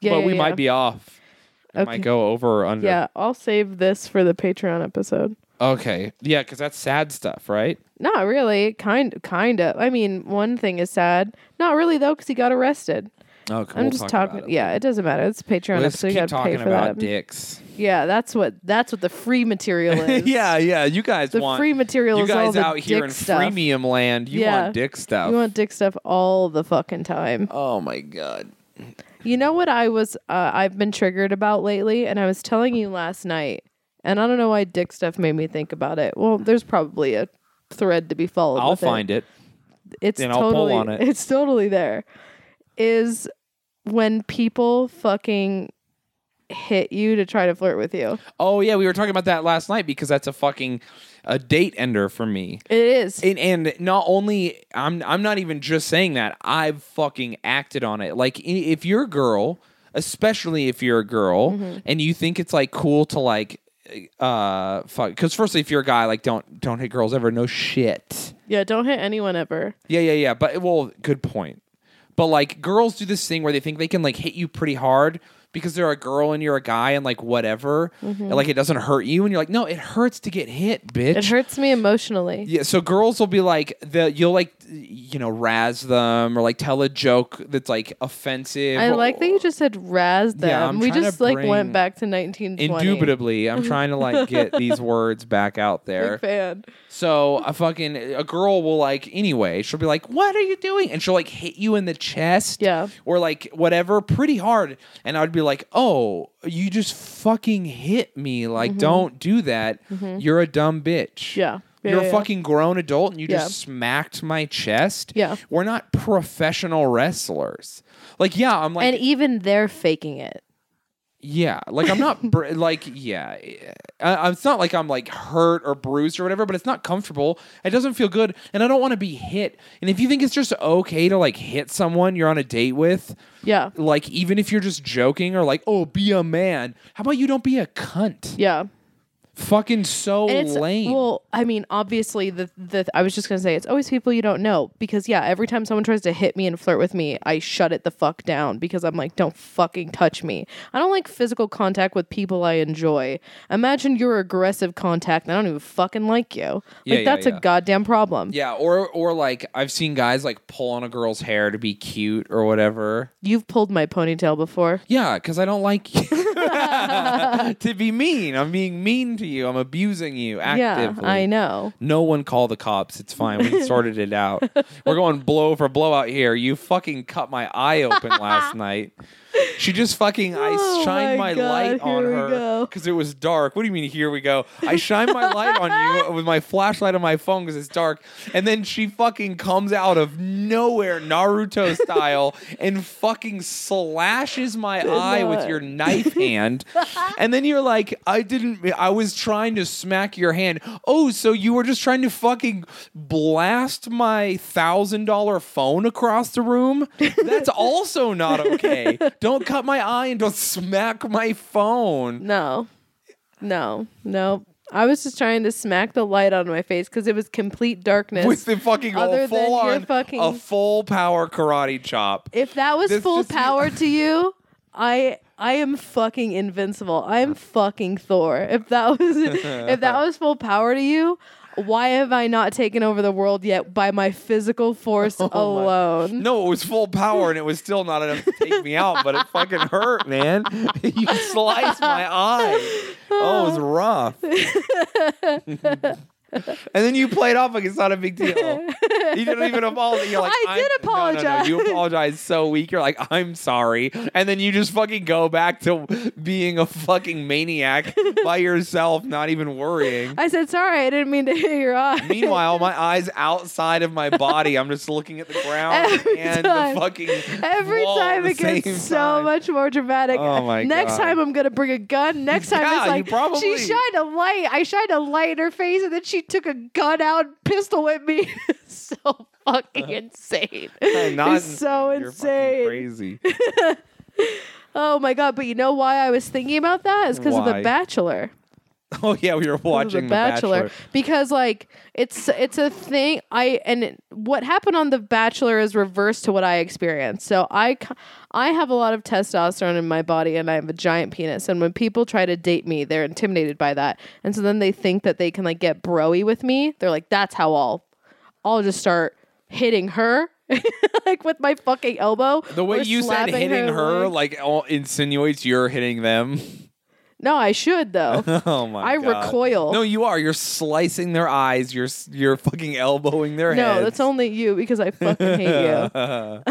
Speaker 2: yeah,
Speaker 3: but
Speaker 2: yeah,
Speaker 3: we
Speaker 2: yeah.
Speaker 3: might be off. It
Speaker 2: Okay.
Speaker 3: might go over or under.
Speaker 2: Yeah, I'll save this for the Patreon episode.
Speaker 3: Okay. Yeah, because that's sad stuff, right?
Speaker 2: Not really, kind kind of. I mean, one thing is sad. Not really though, because he got arrested.
Speaker 3: Oh, cool.
Speaker 2: I'm just talking. yeah, it doesn't matter. It's a Patreon
Speaker 3: Let's
Speaker 2: episode.
Speaker 3: keep
Speaker 2: You gotta
Speaker 3: talking
Speaker 2: pay for
Speaker 3: about
Speaker 2: that. <laughs>
Speaker 3: dicks.
Speaker 2: Yeah, that's what that's what the free
Speaker 3: <laughs>
Speaker 2: material is.
Speaker 3: yeah, yeah. You guys
Speaker 2: The
Speaker 3: want
Speaker 2: free material
Speaker 3: You
Speaker 2: is all
Speaker 3: guys
Speaker 2: the
Speaker 3: out here
Speaker 2: dick
Speaker 3: in
Speaker 2: stuff.
Speaker 3: freemium land. You
Speaker 2: Yeah.
Speaker 3: want dick stuff.
Speaker 2: You want dick stuff all the fucking time.
Speaker 3: oh my god.
Speaker 2: You know what I was uh, I've been triggered about lately and I was telling you last night and I don't know why dick stuff made me think about it. Well, there's probably a thread to be followed.
Speaker 3: I'll
Speaker 2: with
Speaker 3: find it.
Speaker 2: It's
Speaker 3: and I'll pull
Speaker 2: totally
Speaker 3: on it.
Speaker 2: <laughs> it's totally there. Is when people fucking hit you to try to flirt with you.
Speaker 3: Oh yeah, we were talking about that last night because that's a fucking a date ender for me.
Speaker 2: It is.
Speaker 3: And, and not only I'm I'm not even just saying that I've fucking acted on it. Like i- if you're a girl, especially if you're a girl, and you think it's like cool to like uh fuck because firstly if you're a guy like don't don't hit girls ever no shit
Speaker 2: yeah, don't hit anyone ever.
Speaker 3: yeah, yeah, yeah. But well, good point. But like girls do this thing where they think they can like hit you pretty hard because they're a girl and you're a guy and like whatever, and, like it doesn't hurt you, and you're like, no, it hurts to get hit, bitch.
Speaker 2: It hurts me emotionally.
Speaker 3: Yeah, so girls will be like the you'll like you know razz them or like tell a joke that's like offensive.
Speaker 2: I like that you just said razz them.
Speaker 3: Yeah, I'm
Speaker 2: we
Speaker 3: trying to
Speaker 2: just like
Speaker 3: bring
Speaker 2: went back to 1920.
Speaker 3: Indubitably, I'm trying to like get
Speaker 2: <laughs>
Speaker 3: these words back out there.
Speaker 2: Big fan.
Speaker 3: So a fucking a girl will like anyway. She'll be like, "What are you doing?" And she'll like hit you in the chest,
Speaker 2: Yeah.
Speaker 3: or like whatever, pretty hard. And I'd be like, "Oh, you just fucking hit me! Like, don't do that. You're a dumb bitch.
Speaker 2: Mm-hmm. Yeah. Yeah,
Speaker 3: You're a
Speaker 2: yeah, yeah.
Speaker 3: fucking grown adult, and you
Speaker 2: Yeah.
Speaker 3: just smacked my chest.
Speaker 2: Yeah.
Speaker 3: we're not professional wrestlers. Like, yeah, I'm like,
Speaker 2: and even they're faking it.
Speaker 3: yeah, like I'm not
Speaker 2: <laughs>
Speaker 3: br- like yeah, I, I- it's not like I'm like hurt or bruised or whatever, but it's not comfortable. It doesn't feel good, and I don't want to be hit. And if you think it's just okay to like hit someone you're on a date with,
Speaker 2: Yeah.
Speaker 3: like even if you're just joking or like oh be a man, how about you don't be a cunt?
Speaker 2: Yeah.
Speaker 3: Fucking so
Speaker 2: And it's uh,
Speaker 3: lame.
Speaker 2: well, I mean, obviously the the I was just gonna say it's always people you don't know because yeah, every time someone tries to hit me and flirt with me, I shut it the fuck down because I'm like, don't fucking touch me. I don't like physical contact with people I enjoy. Imagine your aggressive contact, I don't even fucking like you. Like
Speaker 3: Yeah, yeah,
Speaker 2: that's
Speaker 3: yeah.
Speaker 2: a goddamn problem.
Speaker 3: yeah, or or like I've seen guys like pull on a girl's hair to be cute or whatever.
Speaker 2: You've pulled my ponytail before.
Speaker 3: Yeah, because I don't
Speaker 2: <laughs>
Speaker 3: like you. <laughs> to be mean. I'm being mean to you. I'm abusing you actively.
Speaker 2: Yeah, I know.
Speaker 3: No one call the cops. It's fine. We sorted it out. We're going blow for blow out here. You fucking cut my eye
Speaker 2: <laughs>
Speaker 3: open last night. She just fucking I
Speaker 2: Oh
Speaker 3: shined my,
Speaker 2: my
Speaker 3: light
Speaker 2: God,
Speaker 3: on
Speaker 2: here we
Speaker 3: her <laughs>
Speaker 2: go.
Speaker 3: because it was dark. What do you mean? Here we go. I shine my light on you with my flashlight on my phone because it's dark, and then she fucking comes out of nowhere, Naruto style, and fucking slashes my eye with
Speaker 2: luck.
Speaker 3: your knife hand, and then you're like, I didn't. I was trying to smack your hand. Oh, so you were just trying to fucking blast my thousand dollar phone across the room? That's also not okay. Don't cut my eye and don't smack my phone.
Speaker 2: No, no, no. I was just trying to smack the light on my face because it was complete darkness.
Speaker 3: <laughs> with the fucking
Speaker 2: Other
Speaker 3: a full
Speaker 2: than your
Speaker 3: on
Speaker 2: fucking-
Speaker 3: a full power karate chop.
Speaker 2: if that was
Speaker 3: This
Speaker 2: full
Speaker 3: just-
Speaker 2: power to you, I I am fucking invincible. I'm fucking Thor. If that was if that was full power to you, why have I not taken over the world yet by my physical
Speaker 3: <laughs>
Speaker 2: force alone?
Speaker 3: Oh No, it was full power and it was still not enough to take me out, but it fucking hurt, man. <laughs> you sliced my eye. Oh, it was rough. and
Speaker 2: <laughs>
Speaker 3: then you played off like it's not a big deal. You didn't even apologize. You're like,
Speaker 2: I
Speaker 3: I'm-
Speaker 2: did
Speaker 3: no, no, no,
Speaker 2: apologize.
Speaker 3: You apologize so weak. You're like, I'm sorry. And then you just fucking go back to being a fucking maniac by yourself, not even worrying.
Speaker 2: I said sorry. I didn't mean to hit your eye.
Speaker 3: Meanwhile, my eyes outside of my body. I'm just looking at the ground
Speaker 2: Every
Speaker 3: and
Speaker 2: time.
Speaker 3: the fucking
Speaker 2: Every
Speaker 3: wall at
Speaker 2: time
Speaker 3: the
Speaker 2: it gets
Speaker 3: same
Speaker 2: so
Speaker 3: time.
Speaker 2: much more dramatic.
Speaker 3: Oh my
Speaker 2: Next
Speaker 3: God.
Speaker 2: time I'm gonna bring a gun. Next time
Speaker 3: Yeah,
Speaker 2: it's
Speaker 3: you
Speaker 2: like
Speaker 3: probably-
Speaker 2: she shined a light. I shined a light in her face, and then she took a gun out, and pistol whipped me. <laughs> so
Speaker 3: <laughs>
Speaker 2: fucking insane. <laughs>
Speaker 3: I'm not
Speaker 2: it's so
Speaker 3: insane. You're fucking
Speaker 2: insane.
Speaker 3: crazy. <laughs>
Speaker 2: Oh my god! But you know why I was thinking about that is because of
Speaker 3: Why?
Speaker 2: The Bachelor.
Speaker 3: Oh yeah, we were
Speaker 2: of
Speaker 3: watching The Bachelor.
Speaker 2: because like it's it's a thing I and it- what happened on The Bachelor is reverse to what I experienced. So I c- I have a lot of testosterone in my body and I have a giant penis and when people try to date me they're intimidated by that. And so then they think that they can like get broy with me. They're like that's how I'll I'll just start hitting her <laughs> like with my fucking elbow.
Speaker 3: The way
Speaker 2: or
Speaker 3: you said
Speaker 2: slapping
Speaker 3: hitting her,
Speaker 2: leg.
Speaker 3: like all insinuates you're hitting them. <laughs>
Speaker 2: No, I should though.
Speaker 3: Oh my
Speaker 2: I
Speaker 3: God.
Speaker 2: recoil.
Speaker 3: No, you are. You're slicing their eyes. You're s- you're fucking elbowing their heads.
Speaker 2: No, that's only you because I fucking hate you.
Speaker 3: <laughs>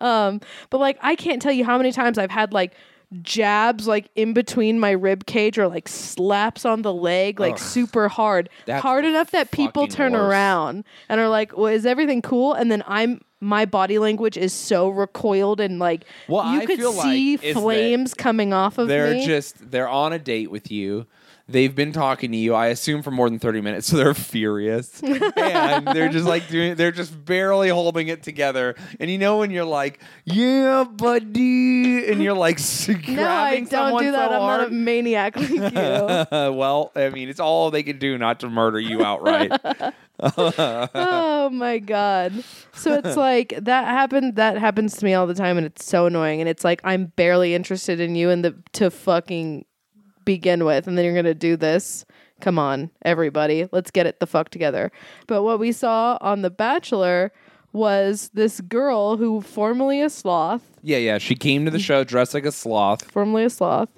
Speaker 2: Um, But like I can't tell you how many times I've had like jabs like in between my rib cage or like slaps on the leg like super hard.
Speaker 3: That's
Speaker 2: hard
Speaker 3: the
Speaker 2: enough that people
Speaker 3: fucking
Speaker 2: turn
Speaker 3: worst.
Speaker 2: around and are like, "Well, is everything cool?" and then I'm my body language is so recoiled and like
Speaker 3: What
Speaker 2: you
Speaker 3: I
Speaker 2: could
Speaker 3: feel like
Speaker 2: see
Speaker 3: is that
Speaker 2: flames coming off of
Speaker 3: They're
Speaker 2: me.
Speaker 3: just they're on a date with you. They've been talking to you, I assume, for more than 30 minutes, <laughs> so
Speaker 2: <laughs>
Speaker 3: they're furious. and they're just like doing, they're just barely holding it together. And you know when you're like, yeah, buddy, and
Speaker 2: <laughs>
Speaker 3: you're like grabbing
Speaker 2: No, I don't
Speaker 3: someone
Speaker 2: do that.
Speaker 3: so
Speaker 2: I'm
Speaker 3: hard.
Speaker 2: not a maniac
Speaker 3: <laughs>
Speaker 2: like you.
Speaker 3: well, I mean, it's all they can do not to murder
Speaker 2: <laughs>
Speaker 3: you outright.
Speaker 2: oh my god. So it's like that happened that happens to me all the time and it's so annoying and it's like I'm barely interested in you and the to fucking begin with and then you're going to do this. Come on, everybody. Let's get it the fuck together. But what we saw on The Bachelor was this girl who formerly a sloth,
Speaker 3: yeah, yeah. She came to the show dressed like a sloth,
Speaker 2: formerly a sloth,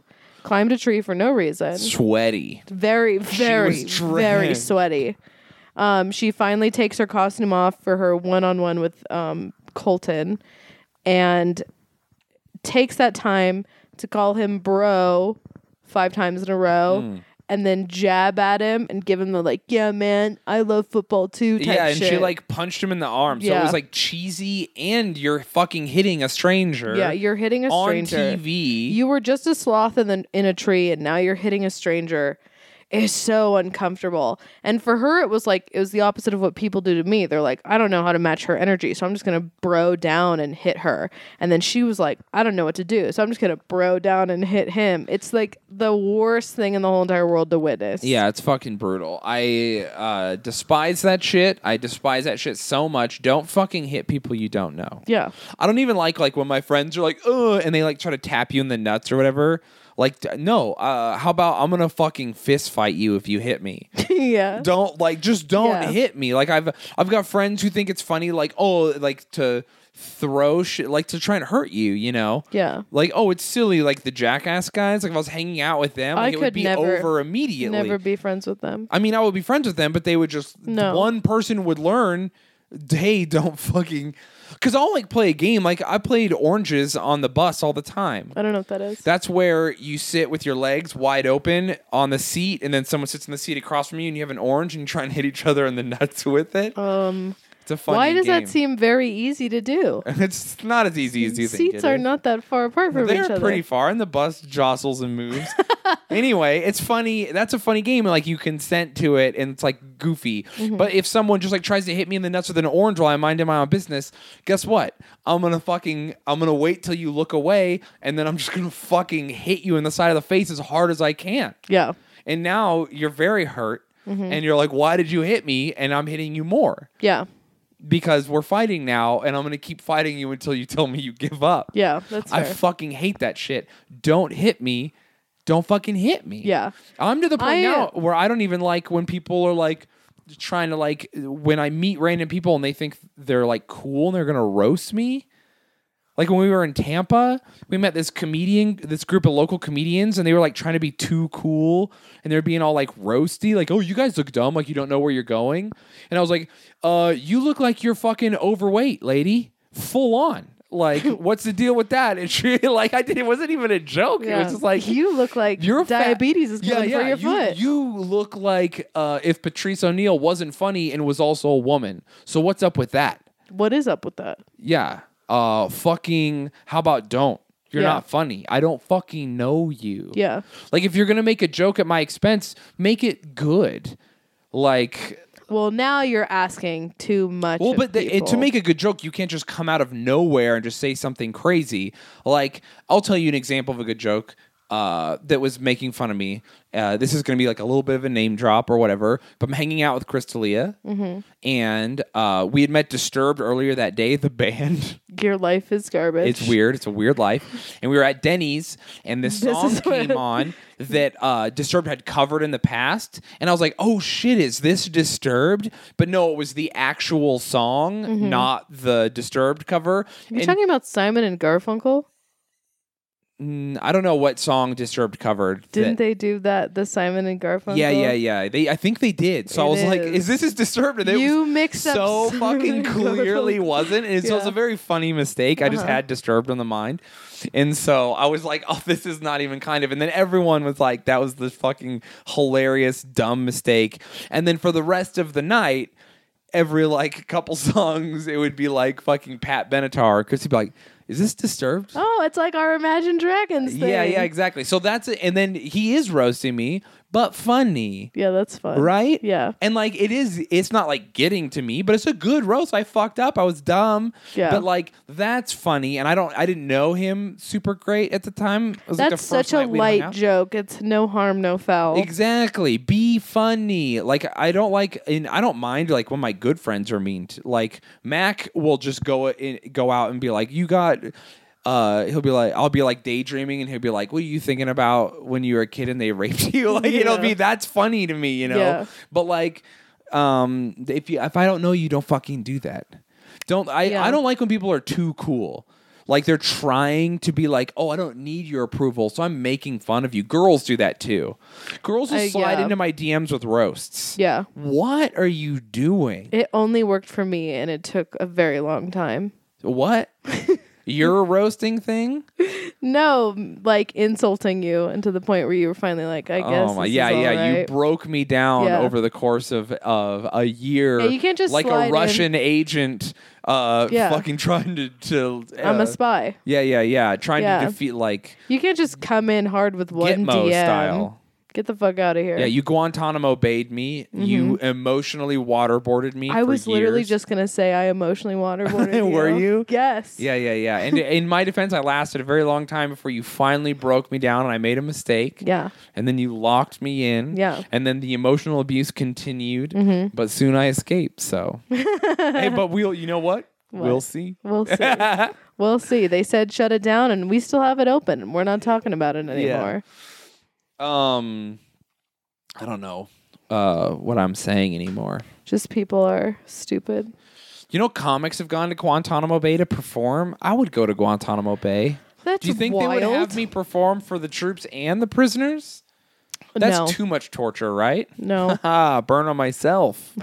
Speaker 2: climbed a tree for no reason.
Speaker 3: sweaty.
Speaker 2: very very
Speaker 3: was
Speaker 2: very
Speaker 3: dragged.
Speaker 2: sweaty um she finally takes her costume off for her one-on-one with um colton and takes that time to call him bro five times in a row
Speaker 3: Hmm.
Speaker 2: and then jab at him and give him the like yeah man i love football too type
Speaker 3: Yeah, and she
Speaker 2: shit.
Speaker 3: like punched him in the arm. So
Speaker 2: Yeah.
Speaker 3: it was like cheesy, and you're fucking hitting a stranger.
Speaker 2: yeah you're hitting a
Speaker 3: on
Speaker 2: stranger
Speaker 3: TV.
Speaker 2: You were just a sloth in, the, in a tree, and now you're hitting a stranger. It's so uncomfortable. And for her, it was like, it was the opposite of what people do to me. They're like, I don't know how to match her energy, so I'm just going to bro down and hit her. And then she was like, I don't know what to do, so I'm just going to bro down and hit him. It's like the worst thing in the whole entire world to witness.
Speaker 3: Yeah, it's fucking brutal. I uh, despise that shit. I despise that shit so much. Don't fucking hit people you don't know.
Speaker 2: Yeah. <laughs>
Speaker 3: I don't even like like when my friends are like, ugh, and they like try to tap you in the nuts or whatever. Like, d- no. Uh, how about I'm gonna fucking fist fight you if you hit me.
Speaker 2: yeah.
Speaker 3: don't like just don't
Speaker 2: Yeah.
Speaker 3: hit me like i've i've got friends who think it's funny like oh like to throw shit like to try and hurt you you know
Speaker 2: Yeah.
Speaker 3: like oh it's silly like the jackass guys like if i was hanging out with them
Speaker 2: I
Speaker 3: like it
Speaker 2: could
Speaker 3: would be
Speaker 2: never-
Speaker 3: over immediately
Speaker 2: Never be friends with them.
Speaker 3: i mean i would be friends with them but they would just
Speaker 2: No.
Speaker 3: one person would learn hey don't <laughs> fucking because i'll like play a game like i played oranges on the bus all the time
Speaker 2: I don't know what that is.
Speaker 3: that's where you sit with your legs wide open on the seat, and then someone sits in the seat across from you, and you have an orange, and you try and hit each other in the <laughs> nuts with it.
Speaker 2: um,
Speaker 3: It's a funny
Speaker 2: why does
Speaker 3: game.
Speaker 2: that seem very easy to do?
Speaker 3: <laughs> it's not as easy as you think.
Speaker 2: Seats
Speaker 3: it
Speaker 2: are
Speaker 3: is.
Speaker 2: not that far apart from
Speaker 3: They're
Speaker 2: each other.
Speaker 3: pretty far, and the bus jostles and
Speaker 2: <laughs>
Speaker 3: moves. anyway, it's funny. That's a funny game. and, Like you consent to it, and it's like goofy.
Speaker 2: Mm-hmm.
Speaker 3: But if someone just like tries to hit me in the nuts with an orange while I'm minding my own business, guess what? I'm gonna fucking I'm gonna wait till you look away, and then I'm just gonna fucking hit you in the side of the face as hard as I can.
Speaker 2: Yeah.
Speaker 3: And now you're very hurt,
Speaker 2: Mm-hmm.
Speaker 3: and you're like, "Why did you hit me?" And I'm hitting you more
Speaker 2: Yeah.
Speaker 3: because we're fighting now, and I'm gonna keep fighting you until you tell me you give up.
Speaker 2: Yeah. That's fair.
Speaker 3: I fucking hate that shit. Don't hit me. Don't fucking hit me.
Speaker 2: Yeah.
Speaker 3: I'm to the point
Speaker 2: I-
Speaker 3: now where I don't even like when people are like trying to like when I meet random people and they think they're like cool and they're gonna roast me. Like when we were in Tampa, we met this comedian, this group of local comedians, and they were like trying to be too cool and they're being all like roasty, like, oh, you guys look dumb, like you don't know where you're going. And I was like, uh, you look like you're fucking overweight, lady. Full on.
Speaker 2: <laughs>
Speaker 3: Like, what's the deal with that? And she, <laughs> like, I did, it wasn't even a joke. It
Speaker 2: yeah.
Speaker 3: was just like,
Speaker 2: you look like
Speaker 3: you're fat.
Speaker 2: diabetes is
Speaker 3: Yeah,
Speaker 2: coming
Speaker 3: yeah,
Speaker 2: for your
Speaker 3: you,
Speaker 2: foot.
Speaker 3: You look like uh, if Patrice O'Neill wasn't funny and was also a woman. So what's up with that?
Speaker 2: what is up with that?
Speaker 3: Yeah. Uh, fucking. How about don't? You're
Speaker 2: Yeah.
Speaker 3: not funny. I don't fucking know you.
Speaker 2: Yeah.
Speaker 3: Like if you're gonna make a joke at my expense, make it good. Like,
Speaker 2: Well, now you're asking too much.
Speaker 3: well,
Speaker 2: of
Speaker 3: but the, it, to
Speaker 2: people.
Speaker 3: make a good joke, you can't just come out of nowhere and just say something crazy. Like, I'll tell you an example of a good joke uh, that was making fun of me. Uh, this is going to be like a little bit of a name drop or whatever, but I'm hanging out with Crystalia,
Speaker 2: Mm-hmm.
Speaker 3: and uh, we had met Disturbed earlier that day, the <laughs> band.
Speaker 2: your life is garbage.
Speaker 3: It's weird. It's a weird life. And we were at Denny's, and
Speaker 2: <laughs>
Speaker 3: this
Speaker 2: This
Speaker 3: song
Speaker 2: is what-
Speaker 3: came
Speaker 2: <laughs>
Speaker 3: on that uh, Disturbed had covered in the past, and I was like, "Oh shit, is this Disturbed?" But no, it was the actual song, not the Disturbed cover.
Speaker 2: You're
Speaker 3: And,
Speaker 2: Mm-hmm. talking about Simon and Garfunkel?
Speaker 3: mm, I don't know what song Disturbed covered.
Speaker 2: Didn't
Speaker 3: that-
Speaker 2: they do that? The Simon and Garfunkel.
Speaker 3: Yeah, yeah, yeah. They, I think they did. So I
Speaker 2: It
Speaker 3: was like,
Speaker 2: is.
Speaker 3: "Is this is Disturbed?" And it was-
Speaker 2: You mixed up
Speaker 3: so
Speaker 2: <laughs> Simon
Speaker 3: fucking
Speaker 2: and
Speaker 3: clearly
Speaker 2: Garfunkel.
Speaker 3: wasn't. And so it's
Speaker 2: Yeah.
Speaker 3: a very funny mistake. I just had disturbed on the mind. And so I was like, <laughs> oh, this is not even kind of. And then everyone was like, that was the fucking hilarious, dumb mistake. And then for the rest of the night, <laughs> every like couple songs, it would be like fucking Pat Benatar. Chris would be like, is this disturbed?
Speaker 2: Oh, it's like our Imagine Dragons thing.
Speaker 3: Yeah, yeah, exactly. So that's it. And then he is roasting me, but funny,
Speaker 2: Yeah, that's fun.
Speaker 3: <laughs> right?
Speaker 2: Yeah.
Speaker 3: And like it is, it's not like getting to me, but it's a good roast. I fucked up. I was dumb.
Speaker 2: Yeah.
Speaker 3: But like that's funny, and I don't, I didn't know him super great at the time. It was like, the
Speaker 2: That's
Speaker 3: first
Speaker 2: such a
Speaker 3: night we hung
Speaker 2: light
Speaker 3: out.
Speaker 2: joke. It's no harm, no foul.
Speaker 3: Exactly. Be funny. Like I don't like and I don't mind like when my good friends are mean. To, like Mac will just go in, go out and be like, "You got." Uh, he'll be like, I'll be like daydreaming, and he'll be like, "What are you thinking about when you were a kid and they <laughs> raped you?" Like it'll
Speaker 2: Yeah.
Speaker 3: be that's funny to me, you know.
Speaker 2: Yeah.
Speaker 3: But like, um, if you if I don't know you, don't fucking do that. Don't I?
Speaker 2: Yeah.
Speaker 3: I don't like when people are too cool. Like they're trying to be like, oh, I don't need your approval, so I'm making fun of you. Girls do that too. Girls will
Speaker 2: Uh,
Speaker 3: slide
Speaker 2: yeah.
Speaker 3: into my DMs with roasts.
Speaker 2: yeah.
Speaker 3: What are you doing?
Speaker 2: It only worked for me and it took a very long time. <laughs>
Speaker 3: What? Your roasting thing?
Speaker 2: No, m- like insulting you and to the point where you were finally like, I guess.
Speaker 3: oh my!
Speaker 2: this
Speaker 3: Yeah,
Speaker 2: is all
Speaker 3: yeah. You
Speaker 2: right.
Speaker 3: broke me down
Speaker 2: Yeah.
Speaker 3: over the course of of a year.
Speaker 2: Yeah, you can't just
Speaker 3: like
Speaker 2: slide
Speaker 3: a
Speaker 2: in.
Speaker 3: Russian agent, uh,
Speaker 2: Yeah.
Speaker 3: fucking trying to to. Uh,
Speaker 2: I'm a spy.
Speaker 3: Yeah, yeah, yeah. Trying
Speaker 2: Yeah.
Speaker 3: to defeat like
Speaker 2: You can't just come in hard with one
Speaker 3: Gitmo
Speaker 2: DM.
Speaker 3: style.
Speaker 2: Get the fuck out of here.
Speaker 3: Yeah, you Guantanamo bayed me. You emotionally waterboarded me.
Speaker 2: Mm-hmm. I
Speaker 3: for
Speaker 2: was literally
Speaker 3: years.
Speaker 2: just gonna say I emotionally waterboarded you.
Speaker 3: <laughs> Were you?
Speaker 2: Yes.
Speaker 3: Yeah, yeah, yeah. And in my defense, I lasted a very long time before you finally broke me down and I made a mistake.
Speaker 2: Yeah.
Speaker 3: And then you locked me in.
Speaker 2: Yeah. Mm-hmm.
Speaker 3: And then the emotional abuse continued. But soon I
Speaker 2: <laughs>
Speaker 3: escaped. So, hey, but we'll, you know what? We'll see.
Speaker 2: We'll see.
Speaker 3: <laughs>
Speaker 2: we'll see. They said shut it down, and we still have it open. We're not talking about it anymore.
Speaker 3: Um, I don't know uh, what I'm saying anymore.
Speaker 2: Just people are stupid.
Speaker 3: You know, comics have gone to Guantanamo Bay to perform. I would go to Guantanamo Bay.
Speaker 2: That's
Speaker 3: Do you think
Speaker 2: wild.
Speaker 3: they would have me perform for the troops and the prisoners? That's
Speaker 2: no,
Speaker 3: too much torture, right? <laughs>
Speaker 2: no,
Speaker 3: Ah, burn on myself. <laughs>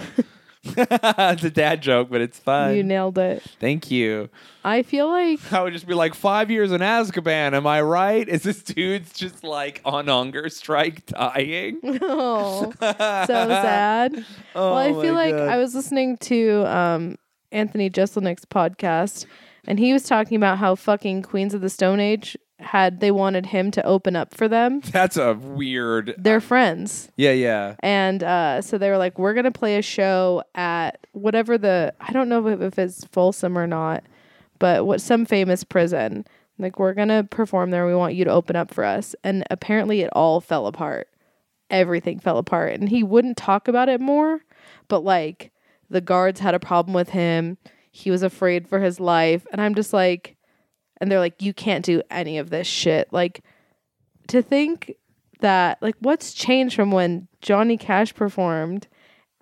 Speaker 3: it's a dad joke, but it's fun.
Speaker 2: you nailed it.
Speaker 3: Thank you.
Speaker 2: I feel
Speaker 3: <laughs>
Speaker 2: like
Speaker 3: I would just be like, five years in Azkaban, am I right? Is this dude's just like on hunger strike dying?
Speaker 2: <laughs>
Speaker 3: <laughs>
Speaker 2: oh, so sad.
Speaker 3: Oh,
Speaker 2: well, I feel
Speaker 3: my
Speaker 2: like
Speaker 3: God.
Speaker 2: I was listening to um, Anthony Jeselnik's podcast, and he was talking about how fucking Queens of the Stone Age had they wanted him to open up for them.
Speaker 3: That's a weird.
Speaker 2: They're friends.
Speaker 3: Yeah, yeah.
Speaker 2: And uh, so they were like, we're going to play a show at whatever the, I don't know if, if it's Folsom or not, but what some famous prison. Like, we're going to perform there. We want you to open up for us. And apparently it all fell apart. Everything fell apart. And he wouldn't talk about it more, but like the guards had a problem with him. He was afraid for his life. And I'm just like, and they're like, you can't do any of this shit. Like, to think that like what's changed from when Johnny Cash performed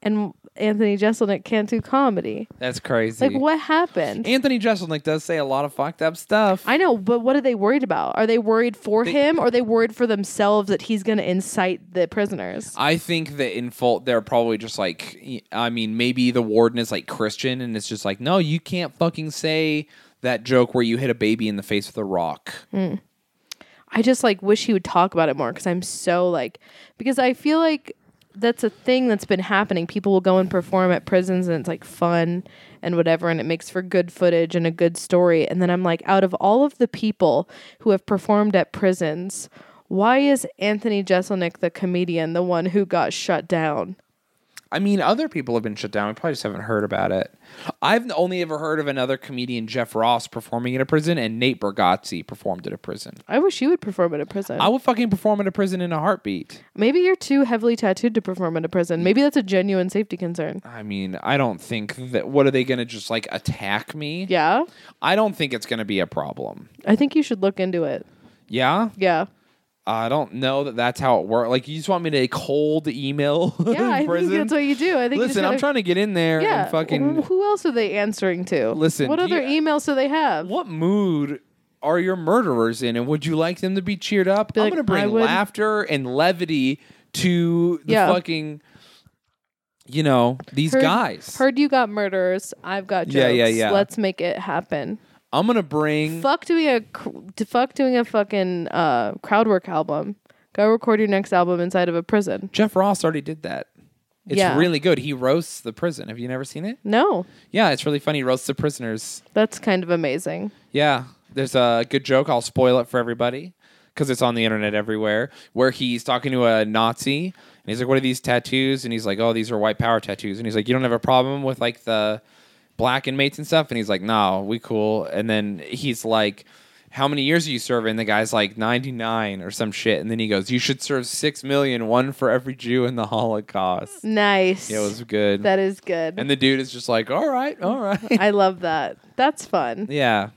Speaker 2: and Anthony Jeselnik can't do comedy?
Speaker 3: That's crazy.
Speaker 2: Like what happened?
Speaker 3: Anthony Jeselnik does say a lot of fucked up stuff.
Speaker 2: I know, but what are they worried about? Are they worried for him or are they worried for themselves that he's going to incite the prisoners?
Speaker 3: I think that in fault they're probably just like y- I mean maybe the warden is like Christian and it's just like no you can't fucking say that joke where you hit a baby in the face with a rock.
Speaker 2: I just like wish he would talk about it more because I'm so like because I feel like that's a thing that's been happening. People will go and perform at prisons and it's like fun and whatever and it makes for good footage and a good story. And then I'm like, out of all of the people who have performed at prisons, why is Anthony Jeselnik the comedian the one who got shut down?
Speaker 3: I mean other people have been shut down. We probably just haven't heard about it. I've only ever heard of another comedian Jeff Ross performing in a prison and Nate Bargatze performed at a prison.
Speaker 2: I wish you would perform at a prison.
Speaker 3: I would fucking perform at a prison in a heartbeat.
Speaker 2: Maybe you're too heavily tattooed to perform at a prison. Maybe that's a genuine safety concern.
Speaker 3: I mean, I don't think that what are they going to just like attack me?
Speaker 2: Yeah.
Speaker 3: I don't think it's going to be a problem.
Speaker 2: I think you should look into it.
Speaker 3: Yeah?
Speaker 2: Yeah.
Speaker 3: I don't know that that's how it works. Like, you just want me to cold email <laughs>
Speaker 2: Yeah, I
Speaker 3: prison?
Speaker 2: think that's what you do. I think you just
Speaker 3: listen, I'm
Speaker 2: gotta-
Speaker 3: trying to get in there
Speaker 2: Yeah,
Speaker 3: and fucking.
Speaker 2: wh- Who else are they answering to?
Speaker 3: Listen,
Speaker 2: What
Speaker 3: do
Speaker 2: other
Speaker 3: you-
Speaker 2: emails do they have?
Speaker 3: what mood are your murderers in, and would you like them to be cheered up? I'm
Speaker 2: like,
Speaker 3: gonna
Speaker 2: I
Speaker 3: bring
Speaker 2: would-
Speaker 3: laughter and levity to the
Speaker 2: Yeah.
Speaker 3: fucking, you know, these
Speaker 2: Heard-
Speaker 3: guys.
Speaker 2: Heard you got murderers. I've got jokes.
Speaker 3: Yeah, yeah, yeah.
Speaker 2: Let's make it happen.
Speaker 3: I'm gonna bring.
Speaker 2: Fuck doing a cr- to fuck doing a fucking uh, crowd work album. Go record your next album inside of a prison.
Speaker 3: Jeff Ross already did that. It's
Speaker 2: Yeah.
Speaker 3: really good. He roasts the prison. Have you never seen it?
Speaker 2: No,
Speaker 3: Yeah, it's really funny. He roasts the prisoners.
Speaker 2: that's kind of amazing.
Speaker 3: Yeah. there's a good joke. I'll spoil it for everybody because it's on the internet everywhere. Where he's talking to a Nazi and he's like, "What are these tattoos?" And he's like, "Oh, these are white power tattoos." And he's like, "You don't have a problem with like the black inmates and stuff?" And he's like, "No, we cool." And then he's like. How many years are you serving? And the guy's like 99 or some shit. And then he goes, You should serve 6 million, one for every Jew in the Holocaust.
Speaker 2: Nice.
Speaker 3: Yeah, it was good.
Speaker 2: that is good.
Speaker 3: and the dude is just like, All right, all right. <laughs>
Speaker 2: I love that. That's fun.
Speaker 3: yeah.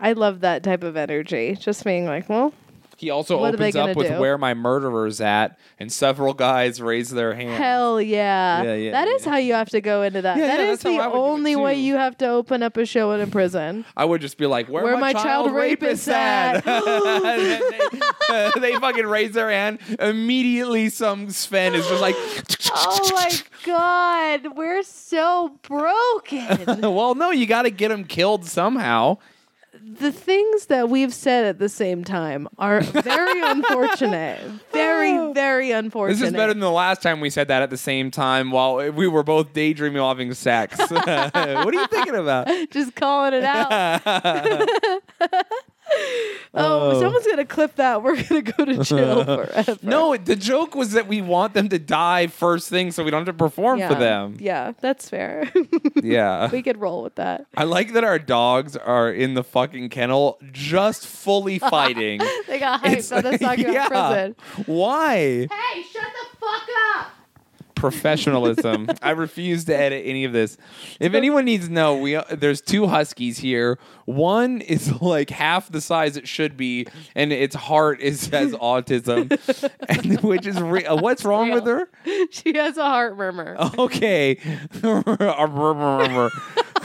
Speaker 2: I love that type of energy. Just being like, well,
Speaker 3: He also
Speaker 2: What are they
Speaker 3: opens up
Speaker 2: gonna
Speaker 3: with
Speaker 2: do?
Speaker 3: where my murderer's at, and several guys raise their hand.
Speaker 2: hell yeah.
Speaker 3: Yeah, yeah,
Speaker 2: That is
Speaker 3: yeah.
Speaker 2: how you have to go into that.
Speaker 3: Yeah,
Speaker 2: That is
Speaker 3: yeah, that's how
Speaker 2: the
Speaker 3: I would do it
Speaker 2: only way
Speaker 3: too.
Speaker 2: you have to open up a show in a
Speaker 3: <laughs>
Speaker 2: prison.
Speaker 3: I would just be like, "Where,
Speaker 2: Where
Speaker 3: my,
Speaker 2: my
Speaker 3: child,
Speaker 2: child
Speaker 3: rapist
Speaker 2: rapist at?
Speaker 3: at?" And
Speaker 2: <laughs>
Speaker 3: then <laughs> they, they fucking raise their hand immediately. Some Sven is
Speaker 2: <laughs>
Speaker 3: just like,
Speaker 2: oh my god, we're so broken.
Speaker 3: "Well, no, you got to get him killed somehow."
Speaker 2: <laughs> the things that we've said at the same time are
Speaker 3: <laughs>
Speaker 2: very unfortunate. Very, very unfortunate.
Speaker 3: Oh. This is better than the last time we said that at the same time while we were both daydreaming of having sex. <laughs> what are you
Speaker 2: <laughs>
Speaker 3: thinking about?
Speaker 2: just calling it
Speaker 3: <laughs>
Speaker 2: out. Oh, someone's gonna clip that. We're gonna go to
Speaker 3: <laughs>
Speaker 2: jail forever.
Speaker 3: No, the joke was that we want them to die first thing so we don't have to perform
Speaker 2: yeah.
Speaker 3: for
Speaker 2: <laughs>
Speaker 3: them.
Speaker 2: Yeah, that's fair. <laughs>
Speaker 3: Yeah.
Speaker 2: we could roll with that.
Speaker 3: I like that our dogs are in the fucking kennel just fully fighting.
Speaker 2: They got hyped on us talking
Speaker 3: yeah.
Speaker 2: about prison.
Speaker 3: Why?
Speaker 2: Hey, shut the fuck up.
Speaker 3: Professionalism. I refuse to edit any of this. If anyone needs to know, we uh, there's two huskies here. One is like half the size it should be, and its heart is has autism, and which is re- uh, what's wrong with her?
Speaker 2: <laughs> She has a heart murmur.
Speaker 3: <laughs> Oh, okay.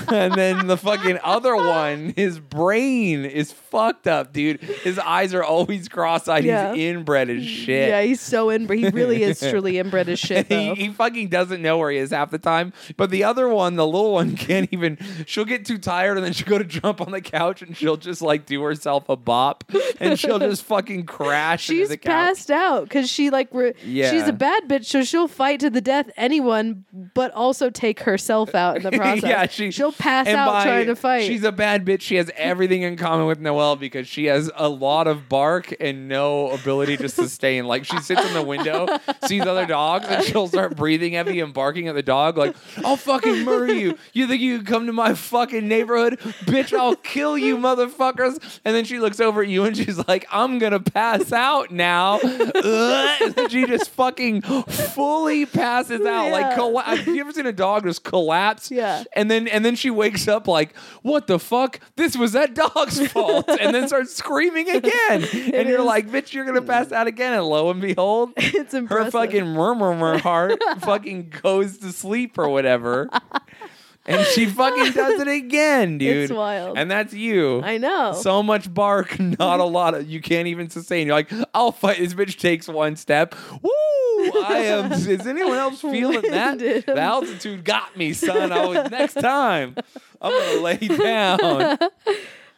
Speaker 3: and then the fucking other one, his brain is fucked up, dude. His eyes are always cross-eyed.
Speaker 2: Yeah.
Speaker 3: He's inbred as shit.
Speaker 2: Yeah, he's so inbred. He really is truly inbred as shit.
Speaker 3: <laughs> he,
Speaker 2: Though.
Speaker 3: he fucking doesn't know where he is half the time. But the other one, the little one, <laughs> can't even. She'll get too tired and then she'll go to jump on the couch and she'll just like do herself a bop and she'll just fucking crash into
Speaker 2: She's
Speaker 3: the couch.
Speaker 2: passed out because she like re-
Speaker 3: Yeah.
Speaker 2: she's a bad bitch, so she'll fight to the death anyone, but also take
Speaker 3: <laughs>
Speaker 2: herself out in the process.
Speaker 3: yeah, she,
Speaker 2: she'll pass
Speaker 3: and
Speaker 2: out
Speaker 3: by-
Speaker 2: trying to fight.
Speaker 3: She's a bad bitch. She has everything in common with Noelle because she has a lot of bark and no
Speaker 2: <laughs>
Speaker 3: ability to sustain. Like she sits in the window, sees other dogs, and she'll start breathing heavy and barking at the dog like, "I'll fucking murder you! You think you can come to my fucking neighborhood, bitch? I'll kill you, motherfuckers!" And then she looks over at you and she's like, "I'm gonna pass out now." <laughs> and then she just fucking fully passes out. Like,
Speaker 2: Yeah.
Speaker 3: colla- have you ever seen a dog just collapse?
Speaker 2: Yeah.
Speaker 3: And then and then she wakes up like, what the fuck? This was
Speaker 2: <laughs>
Speaker 3: that dog's fault. and then starts screaming again. and you're
Speaker 2: is-
Speaker 3: like, bitch, you're gonna pass out again. And lo
Speaker 2: <laughs>
Speaker 3: and behold,
Speaker 2: <laughs> it's impressive.
Speaker 3: her fucking murmur
Speaker 2: <laughs>
Speaker 3: murmur heart fucking goes to sleep or whatever. and she fucking does it again, dude.
Speaker 2: <laughs> It's wild.
Speaker 3: And that's you.
Speaker 2: I know.
Speaker 3: So much bark, <laughs> not a lot of you can't even sustain. You're like, I'll fight. This bitch takes one step. Woo! I am. is anyone else feeling that?
Speaker 2: Winded.
Speaker 3: The altitude got me, son. I was next time. I'm gonna lay down.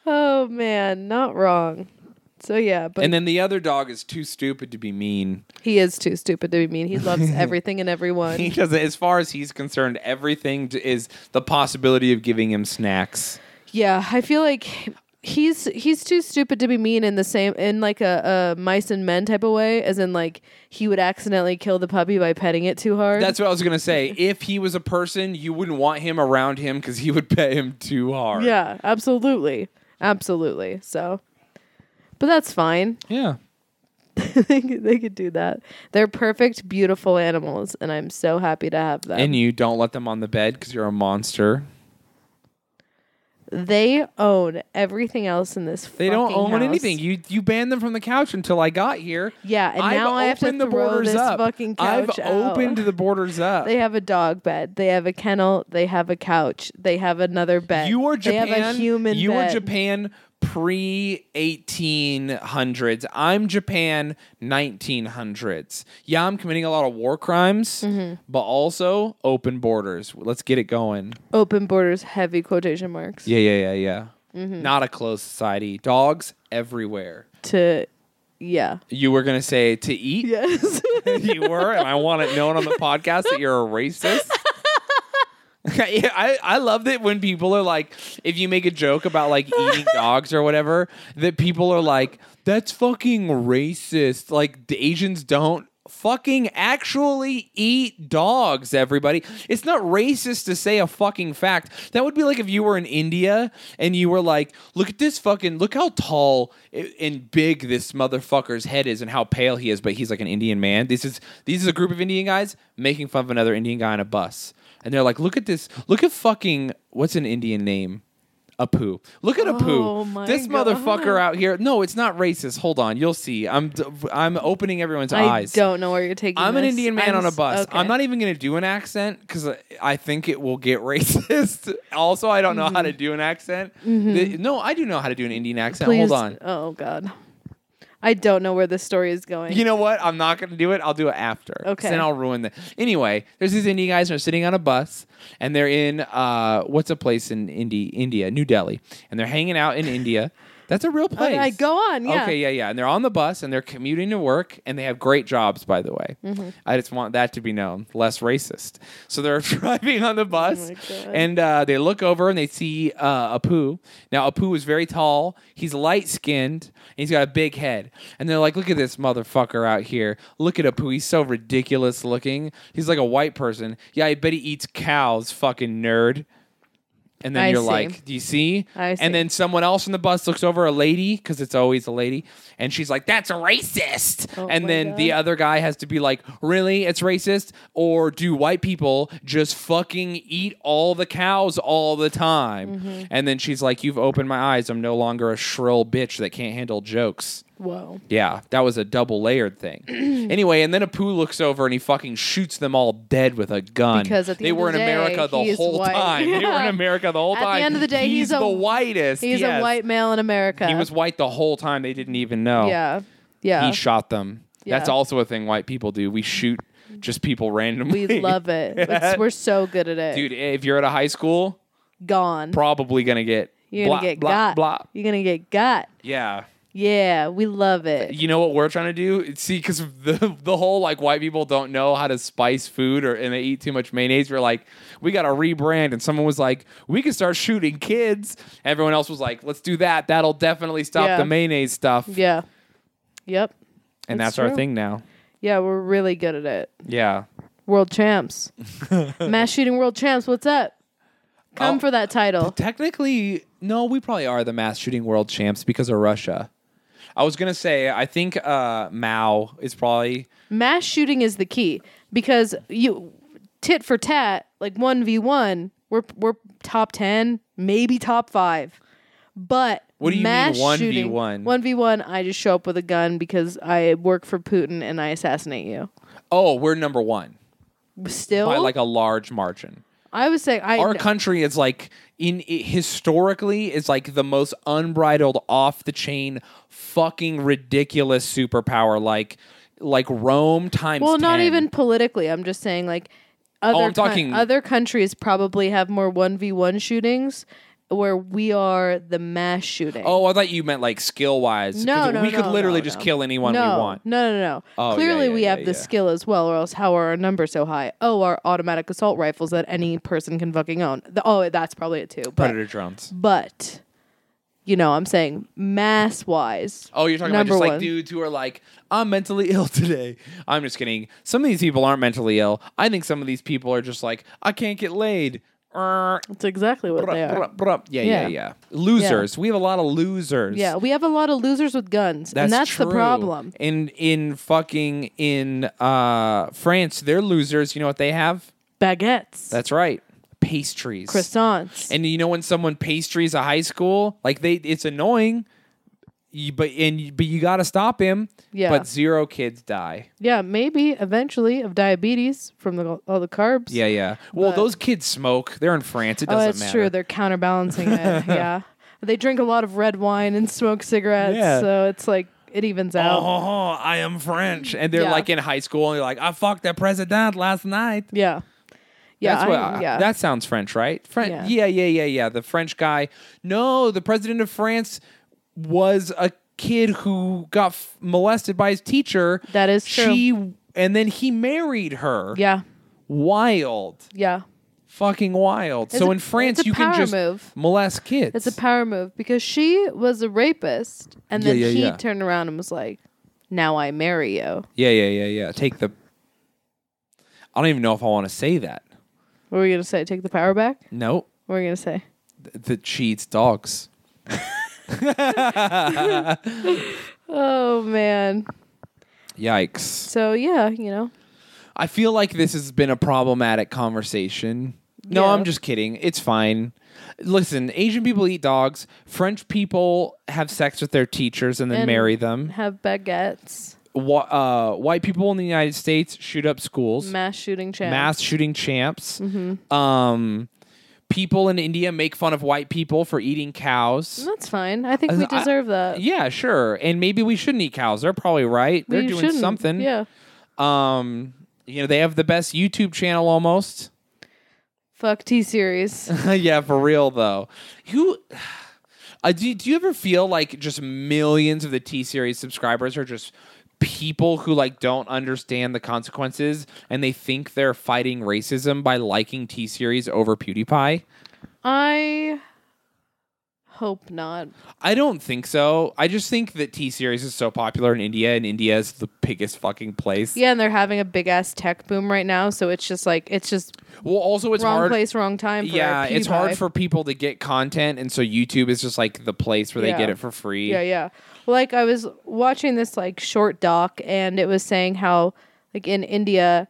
Speaker 2: oh man, not wrong. So yeah, but
Speaker 3: And then the other dog is too stupid to be mean.
Speaker 2: he is too stupid to be mean. He
Speaker 3: <laughs>
Speaker 2: loves everything and
Speaker 3: He <laughs>
Speaker 2: everyone.
Speaker 3: doesn't. As far as he's concerned, everything t- is the possibility of giving him snacks.
Speaker 2: yeah, I feel like he's he's too stupid to be mean in the same in like a, a mice and men type of way, as in like he would accidentally kill the puppy by petting it too hard.
Speaker 3: That's what I was gonna say. If he was a person, you wouldn't want him around him because he would pet him too hard.
Speaker 2: Yeah, absolutely. Absolutely. So, but that's fine. <laughs>
Speaker 3: Yeah.
Speaker 2: they, could, they could do that. They're perfect, beautiful animals, and I'm so happy to have them.
Speaker 3: And you don't let them on the bed because you're a monster.
Speaker 2: they own everything else in this.
Speaker 3: They don't
Speaker 2: fucking
Speaker 3: own
Speaker 2: house.
Speaker 3: anything. You you banned them from the couch until I got here.
Speaker 2: Yeah, and now I have to
Speaker 3: opened
Speaker 2: throw this fucking couch
Speaker 3: I've
Speaker 2: out.
Speaker 3: opened the
Speaker 2: <laughs>
Speaker 3: borders up.
Speaker 2: They have a dog bed. They have a kennel. They have a couch. They have another bed.
Speaker 3: you are
Speaker 2: They
Speaker 3: Japan.
Speaker 2: have a human.
Speaker 3: you
Speaker 2: bed.
Speaker 3: are Japan pre 1800s. I'm Japan 1900s. Yeah, I'm committing a lot of war crimes,
Speaker 2: Mm-hmm.
Speaker 3: but also open borders. Let's get it going.
Speaker 2: Open borders. Heavy quotation marks.
Speaker 3: Yeah, yeah, yeah, yeah.
Speaker 2: Mm-hmm.
Speaker 3: Not a closed society. Dogs everywhere.
Speaker 2: To, yeah. <laughs>
Speaker 3: You were gonna say to eat.
Speaker 2: Yes.
Speaker 3: <laughs> you were, and I want it known on the podcast that you're a racist. <laughs> Yeah, I, I love that when people are like, if you make a joke about like eating dogs or whatever, that people are like, that's fucking racist. Like, the Asians don't fucking actually eat dogs, everybody. It's not racist to say a fucking fact. That would be like if you were in India and you were like, look at this fucking, look how tall i- and big this motherfucker's head is and how pale he is, but he's like an Indian man. This is, these is a group of Indian guys making fun of another Indian guy on a bus and they're like, "Look at this! Look at fucking what's an Indian name." Apu. Look at Apu.
Speaker 2: Oh my
Speaker 3: this
Speaker 2: God.
Speaker 3: motherfucker out here. No, it's not racist. Hold on. You'll see. I'm d- I'm opening everyone's
Speaker 2: I
Speaker 3: eyes.
Speaker 2: don't know where you're taking.
Speaker 3: I'm an
Speaker 2: this.
Speaker 3: Indian man
Speaker 2: I'm
Speaker 3: on a
Speaker 2: s-
Speaker 3: bus.
Speaker 2: okay.
Speaker 3: I'm not even going to do an accent cuz I think it will get <laughs> racist. also, I don't know
Speaker 2: Mm-hmm.
Speaker 3: how to do an accent. The- no, I do know how to do an Indian accent.
Speaker 2: Please.
Speaker 3: Hold on.
Speaker 2: Oh God, I don't know where this story is going.
Speaker 3: You know what? I'm not going to do it. I'll do it after. 'Cause
Speaker 2: Okay.
Speaker 3: Then I'll ruin the. Anyway, there's these Indian guys and they're sitting on a bus and they're in uh what's a place in Indi- India, New Delhi, and they're hanging out in India. That's a real place.
Speaker 2: Okay, go on, yeah.
Speaker 3: Okay, yeah, yeah. And they're on the bus and they're commuting to work and they have great jobs, by the way.
Speaker 2: Mm-hmm.
Speaker 3: I just want that to be known, less racist. So they're <laughs> driving on the bus
Speaker 2: Oh my God.
Speaker 3: and uh, they look over and they see uh, Apu. Now Apu is very tall. He's light skinned and he's got a big head. And they're like, "Look at this motherfucker out here! Look at Apu. He's so ridiculous looking. He's like a white person. Yeah, I bet he eats cows, fucking nerd." And then
Speaker 2: I
Speaker 3: you're
Speaker 2: see.
Speaker 3: like, "Do you see?"
Speaker 2: I see.
Speaker 3: And then someone else in the bus looks over a lady because it's always a lady, and she's like, "That's racist."
Speaker 2: Oh
Speaker 3: and
Speaker 2: my
Speaker 3: then the
Speaker 2: God.
Speaker 3: other guy has to be like, "Really, it's racist?" Or do white people just fucking eat all the cows all the time?
Speaker 2: Mm-hmm.
Speaker 3: And then she's like, "You've opened my eyes. I'm no longer a shrill bitch that can't handle jokes."
Speaker 2: Whoa.
Speaker 3: Yeah, that was a double
Speaker 2: <clears throat>
Speaker 3: layered thing. anyway, and then Apu looks over and he fucking shoots them all dead with a gun.
Speaker 2: Because at the
Speaker 3: they
Speaker 2: end
Speaker 3: were
Speaker 2: of
Speaker 3: in
Speaker 2: the day,
Speaker 3: America the
Speaker 2: he is
Speaker 3: whole
Speaker 2: white.
Speaker 3: time. They were in
Speaker 2: <laughs> Yeah.
Speaker 3: America the whole
Speaker 2: At the
Speaker 3: time.
Speaker 2: end of the day,
Speaker 3: he's,
Speaker 2: he's a-
Speaker 3: the whitest.
Speaker 2: He's
Speaker 3: yes.
Speaker 2: a white male in America.
Speaker 3: He was white the whole time. They didn't even know.
Speaker 2: Yeah. Yeah.
Speaker 3: He shot them. That's
Speaker 2: Yeah.
Speaker 3: also a thing white people do. We shoot just people
Speaker 2: <laughs>
Speaker 3: randomly.
Speaker 2: we
Speaker 3: <laughs>
Speaker 2: love it. It's- we're so good at it.
Speaker 3: Dude, if you're at a high school,
Speaker 2: Gone.
Speaker 3: probably going to get
Speaker 2: You're gonna
Speaker 3: blah,
Speaker 2: get
Speaker 3: blah,
Speaker 2: got.
Speaker 3: blah.
Speaker 2: You're gonna get got.
Speaker 3: Yeah.
Speaker 2: Yeah, we love it.
Speaker 3: You know what we're trying to do? See, because the the whole like white people don't know how to spice food or and they eat too much mayonnaise. We're like, we got to rebrand. And someone was like, we can start shooting kids. Everyone else was like, let's do that. That'll definitely stop
Speaker 2: Yeah.
Speaker 3: the mayonnaise stuff.
Speaker 2: Yeah. Yep.
Speaker 3: and
Speaker 2: that's
Speaker 3: that's our
Speaker 2: true.
Speaker 3: thing now.
Speaker 2: Yeah, we're really good at it.
Speaker 3: Yeah.
Speaker 2: World
Speaker 3: <laughs>
Speaker 2: champs. Mass shooting world champs. What's up? Come
Speaker 3: Oh.
Speaker 2: for that title.
Speaker 3: Technically, no, we probably are the mass shooting world champs because of Russia. I was gonna say, I think uh, Mao is probably
Speaker 2: Mass shooting is the key because you tit for tat, like 1v1, we're we're top 10, maybe top 5. But
Speaker 3: What do you mean
Speaker 2: mass
Speaker 3: 1v1?
Speaker 2: shooting 1v1, I just show up with a gun because I work for Putin and I assassinate you.
Speaker 3: oh, we're number one
Speaker 2: Still,
Speaker 3: by like a large margin.
Speaker 2: I was saying I
Speaker 3: Our country is like in it, historically is like the most unbridled, off the chain, fucking ridiculous superpower. Like like Rome times.
Speaker 2: Well, not
Speaker 3: 10.
Speaker 2: even politically. I'm just saying like other
Speaker 3: Oh, I'm
Speaker 2: coun-
Speaker 3: talking-
Speaker 2: other countries probably have more 1v1 shootings where we are the mass shooting.
Speaker 3: Oh, I thought you meant like skill wise.
Speaker 2: No, no,
Speaker 3: we could
Speaker 2: no,
Speaker 3: literally
Speaker 2: no,
Speaker 3: just
Speaker 2: no.
Speaker 3: kill anyone
Speaker 2: no,
Speaker 3: we want.
Speaker 2: No, no, no.
Speaker 3: Oh, yeah,
Speaker 2: Clearly,
Speaker 3: yeah,
Speaker 2: we
Speaker 3: yeah,
Speaker 2: have the
Speaker 3: yeah.
Speaker 2: skill as well, or else how are our numbers so high? Oh, our automatic assault rifles that any person can fucking own. The, oh, that's probably it too. But,
Speaker 3: Predator drones.
Speaker 2: but you know, I'm saying mass wise.
Speaker 3: Oh, you're talking
Speaker 2: Number
Speaker 3: about just
Speaker 2: one.
Speaker 3: like dudes who are like, I'm mentally <laughs> ill today. I'm just kidding. Some of these people aren't mentally ill. I think some of these people are just like, I can't get laid. Er,
Speaker 2: That's exactly what they
Speaker 3: bruh,
Speaker 2: are.
Speaker 3: bruh, bruh. Yeah, yeah,
Speaker 2: Yeah.
Speaker 3: yeah. Losers. We have a lot of losers.
Speaker 2: Yeah, we have a lot of losers with guns, and that's the
Speaker 3: true.
Speaker 2: problem.
Speaker 3: In in fucking in uh France, they're losers. You know what they have?
Speaker 2: Baguettes,
Speaker 3: That's right. Pastries.
Speaker 2: croissants.
Speaker 3: And you know when someone pastries a high school, like they, it's annoying. You, but and you- but you got to stop him.
Speaker 2: Yeah.
Speaker 3: But zero kids die.
Speaker 2: Yeah, maybe eventually of diabetes from the, all the carbs.
Speaker 3: Yeah, yeah. Well,
Speaker 2: But-
Speaker 3: those kids smoke. They're in France. It
Speaker 2: oh,
Speaker 3: doesn't
Speaker 2: that's
Speaker 3: matter.
Speaker 2: true. They're counterbalancing
Speaker 3: <laughs>
Speaker 2: it. Yeah, they drink a lot of red wine and smoke cigarettes,
Speaker 3: Yeah.
Speaker 2: so it's like it evens out.
Speaker 3: oh, <laughs> I am French, and they're
Speaker 2: Yeah.
Speaker 3: like in high school, and they're like, "I fucked that president last night."
Speaker 2: Yeah, yeah,
Speaker 3: That's what
Speaker 2: I-
Speaker 3: I-
Speaker 2: yeah.
Speaker 3: That sounds French, right? French.
Speaker 2: Yeah.
Speaker 3: Yeah. yeah, yeah, yeah, The French guy. No, the president of France was a kid who got f- molested by his teacher.
Speaker 2: That is true.
Speaker 3: She and then he married her.
Speaker 2: yeah,
Speaker 3: Wild.
Speaker 2: yeah.
Speaker 3: fucking wild.
Speaker 2: It's
Speaker 3: so
Speaker 2: a-
Speaker 3: in France,
Speaker 2: it's a
Speaker 3: you can
Speaker 2: power
Speaker 3: just
Speaker 2: move.
Speaker 3: molest kids.
Speaker 2: It's a power move because she was a rapist, and
Speaker 3: Yeah,
Speaker 2: then
Speaker 3: yeah,
Speaker 2: he
Speaker 3: yeah.
Speaker 2: turned around and was like, "Now I marry you."
Speaker 3: yeah, yeah, yeah, yeah. Take the. I don't even know if I want to say that.
Speaker 2: What were we gonna say? Take the power back?
Speaker 3: No,
Speaker 2: What were we gonna say?
Speaker 3: th- that she eats dogs.
Speaker 2: Oh man.
Speaker 3: Yikes.
Speaker 2: So yeah, you know,
Speaker 3: I feel like this has been a problematic conversation. No,
Speaker 2: Yeah.
Speaker 3: I'm just kidding. It's fine. Listen, Asian people eat dogs. French people have sex with their teachers and then
Speaker 2: And-
Speaker 3: marry them.
Speaker 2: have baguettes,
Speaker 3: Wh- uh, white people in the United States shoot up schools.
Speaker 2: mass shooting champs.
Speaker 3: mass shooting champs.
Speaker 2: Mm-hmm.
Speaker 3: Um, people in India make fun of white people for eating cows.
Speaker 2: That's fine. I think we
Speaker 3: I-
Speaker 2: deserve that.
Speaker 3: Yeah, sure. And maybe we shouldn't eat cows. They're probably right. They're
Speaker 2: We
Speaker 3: doing
Speaker 2: shouldn't.
Speaker 3: something.
Speaker 2: Yeah.
Speaker 3: Um, you know, they have the best YouTube channel almost.
Speaker 2: Fuck T
Speaker 3: <laughs>
Speaker 2: series.
Speaker 3: yeah, for real though. Who <sighs> uh, do, do you ever feel like just millions of the T series subscribers are just people who like don't understand the consequences and they think they're fighting racism by liking T series over PewDiePie?
Speaker 2: I hope not.
Speaker 3: I don't think so. I just think that T series is so popular in India and India is the biggest fucking place.
Speaker 2: Yeah, and they're having a big ass tech boom right now, so it's just like it's just
Speaker 3: Well, also it's
Speaker 2: wrong
Speaker 3: hard.
Speaker 2: place, wrong time. For
Speaker 3: yeah,
Speaker 2: a
Speaker 3: it's hard
Speaker 2: PewDiePie.
Speaker 3: for people to get content, and so YouTube is just like the place where they
Speaker 2: Yeah.
Speaker 3: get it for free.
Speaker 2: Yeah, yeah. Like I was watching this like short doc and it was saying how like in India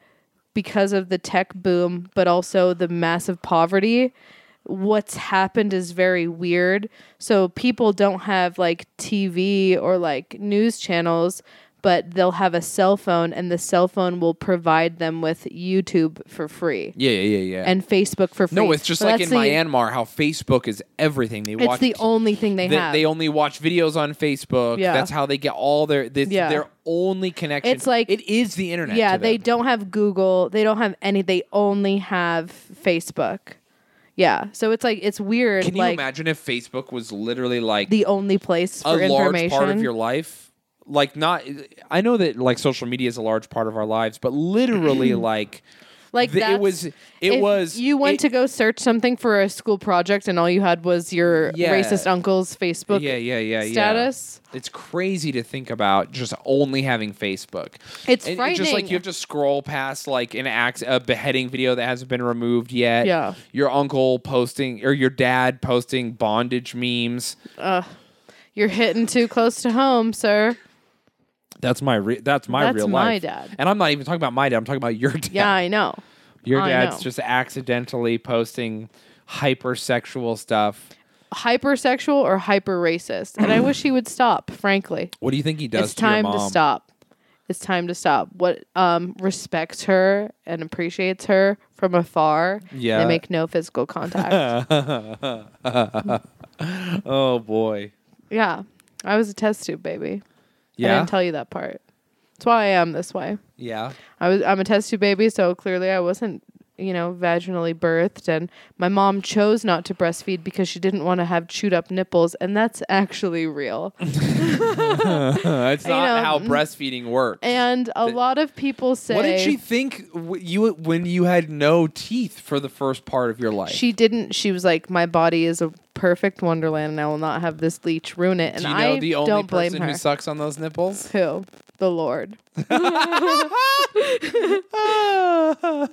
Speaker 2: because of the tech boom but also the massive poverty what's happened is very weird. So people don't have like TV or like news channels but they'll have a cell phone and the cell phone will provide them with YouTube for free
Speaker 3: yeah, yeah, yeah. yeah.
Speaker 2: and Facebook for free.
Speaker 3: no, it's just
Speaker 2: So
Speaker 3: like in
Speaker 2: that's the-
Speaker 3: Myanmar how Facebook is everything. They
Speaker 2: It's
Speaker 3: watch
Speaker 2: the only thing they,
Speaker 3: they,
Speaker 2: have.
Speaker 3: they only watch videos on Facebook.
Speaker 2: Yeah.
Speaker 3: That's how they get all their this,
Speaker 2: Yeah.
Speaker 3: their only connection.
Speaker 2: It's like-
Speaker 3: it is the internet.
Speaker 2: Yeah,
Speaker 3: to
Speaker 2: they
Speaker 3: them.
Speaker 2: don't have Google. They don't have any. They only have Facebook. Yeah, so it's like it's weird.
Speaker 3: Can you
Speaker 2: like
Speaker 3: imagine if Facebook was literally like
Speaker 2: the only place for
Speaker 3: a large
Speaker 2: information?
Speaker 3: part of your life? Like not I know that like social media is a large part of our lives,
Speaker 2: <clears throat>
Speaker 3: but literally like
Speaker 2: like
Speaker 3: th- it
Speaker 2: that's-
Speaker 3: was it
Speaker 2: if
Speaker 3: was
Speaker 2: You went
Speaker 3: it-
Speaker 2: to go search something for a school project, and all you had was your
Speaker 3: Yeah.
Speaker 2: racist uncle's Facebook.
Speaker 3: yeah, yeah, yeah, yeah.
Speaker 2: status.
Speaker 3: It's crazy to think about just only having Facebook.
Speaker 2: It's
Speaker 3: And just like
Speaker 2: frightening.
Speaker 3: you have to scroll past like an act a beheading video that hasn't been removed yet.
Speaker 2: Yeah.
Speaker 3: Your uncle posting or your dad posting bondage memes.
Speaker 2: You're hitting too close to home, sir.
Speaker 3: That's my re- that's my
Speaker 2: That's
Speaker 3: real
Speaker 2: my
Speaker 3: life.
Speaker 2: dad.
Speaker 3: And I'm not even talking about my dad. I'm talking about your <laughs> dad.
Speaker 2: Yeah, I know.
Speaker 3: Your
Speaker 2: I
Speaker 3: dad's
Speaker 2: know.
Speaker 3: just accidentally posting hypersexual stuff.
Speaker 2: Hypersexual or hyper racist, and
Speaker 3: <clears throat>
Speaker 2: I wish he would stop. Frankly,
Speaker 3: What do you think he does?
Speaker 2: it's
Speaker 3: to your
Speaker 2: time to
Speaker 3: mom?
Speaker 2: stop it's time to stop what um respects her and appreciates her from afar
Speaker 3: Yeah.
Speaker 2: they make no physical
Speaker 3: <laughs>
Speaker 2: contact
Speaker 3: Oh boy.
Speaker 2: yeah i was a test tube baby i
Speaker 3: Yeah.
Speaker 2: didn't tell you that part that's why i am this way
Speaker 3: yeah. <laughs>
Speaker 2: i was i'm a test tube baby so clearly i wasn't you know vaginally birthed and my mom chose not to breastfeed because she didn't want to have chewed up nipples and that's actually
Speaker 3: <laughs>
Speaker 2: real
Speaker 3: That's
Speaker 2: You
Speaker 3: not
Speaker 2: know, mm,
Speaker 3: how breastfeeding works.
Speaker 2: and a lot of people say
Speaker 3: What did she think w- you when you had no teeth for the first part of your life?
Speaker 2: She didn't. She was like, "My body is a perfect wonderland, and I will not have this leech ruin it." And
Speaker 3: Do you know
Speaker 2: I
Speaker 3: the only
Speaker 2: don't blame
Speaker 3: person
Speaker 2: her.
Speaker 3: who sucks on those <laughs> nipples?
Speaker 2: who? The Lord.
Speaker 3: wow,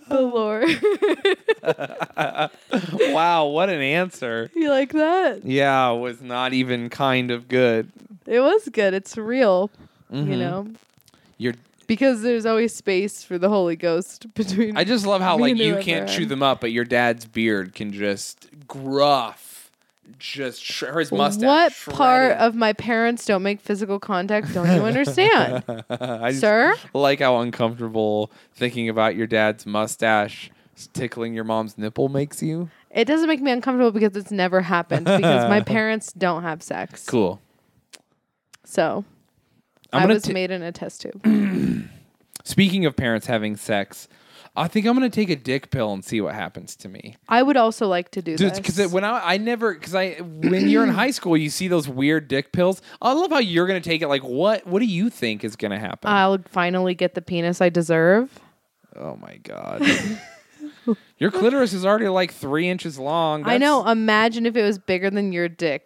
Speaker 2: The Lord. <laughs>
Speaker 3: what an answer.
Speaker 2: you like that?
Speaker 3: Yeah, it was not even kind of good.
Speaker 2: It was good. It's real.
Speaker 3: Mm-hmm.
Speaker 2: You know,
Speaker 3: You're
Speaker 2: because there's always space for the Holy Ghost <laughs> between.
Speaker 3: I just love how
Speaker 2: Me
Speaker 3: like
Speaker 2: and
Speaker 3: you
Speaker 2: whoever
Speaker 3: can't
Speaker 2: I
Speaker 3: chew
Speaker 2: am.
Speaker 3: them up, but your dad's beard can just gruff, just sh- or his mustache.
Speaker 2: What
Speaker 3: shredded.
Speaker 2: part of my parents don't make physical contact? Don't you understand,
Speaker 3: <laughs> Uh, I just
Speaker 2: sir?
Speaker 3: like how uncomfortable thinking about your dad's mustache tickling your mom's nipple makes you.
Speaker 2: It doesn't make me uncomfortable because it's never happened because
Speaker 3: <laughs>
Speaker 2: my parents don't have sex.
Speaker 3: Cool.
Speaker 2: So
Speaker 3: I'm
Speaker 2: I
Speaker 3: gonna
Speaker 2: was
Speaker 3: ta-
Speaker 2: made in a test tube.
Speaker 3: Speaking of parents having sex, I think I'm gonna take a dick pill and see what happens to me.
Speaker 2: I would also like to do this.
Speaker 3: Because when I, I never, because I
Speaker 2: <clears throat>
Speaker 3: when you're in high school, you see those weird dick pills. I love how you're gonna take it. Like, what what do you think is
Speaker 2: Uh,
Speaker 3: gonna
Speaker 2: <laughs>
Speaker 3: happen?
Speaker 2: I'll finally get the penis I deserve.
Speaker 3: oh my god. Your clitoris is already like three inches long.
Speaker 2: I know.
Speaker 3: That's-
Speaker 2: Imagine if it was bigger than your dick.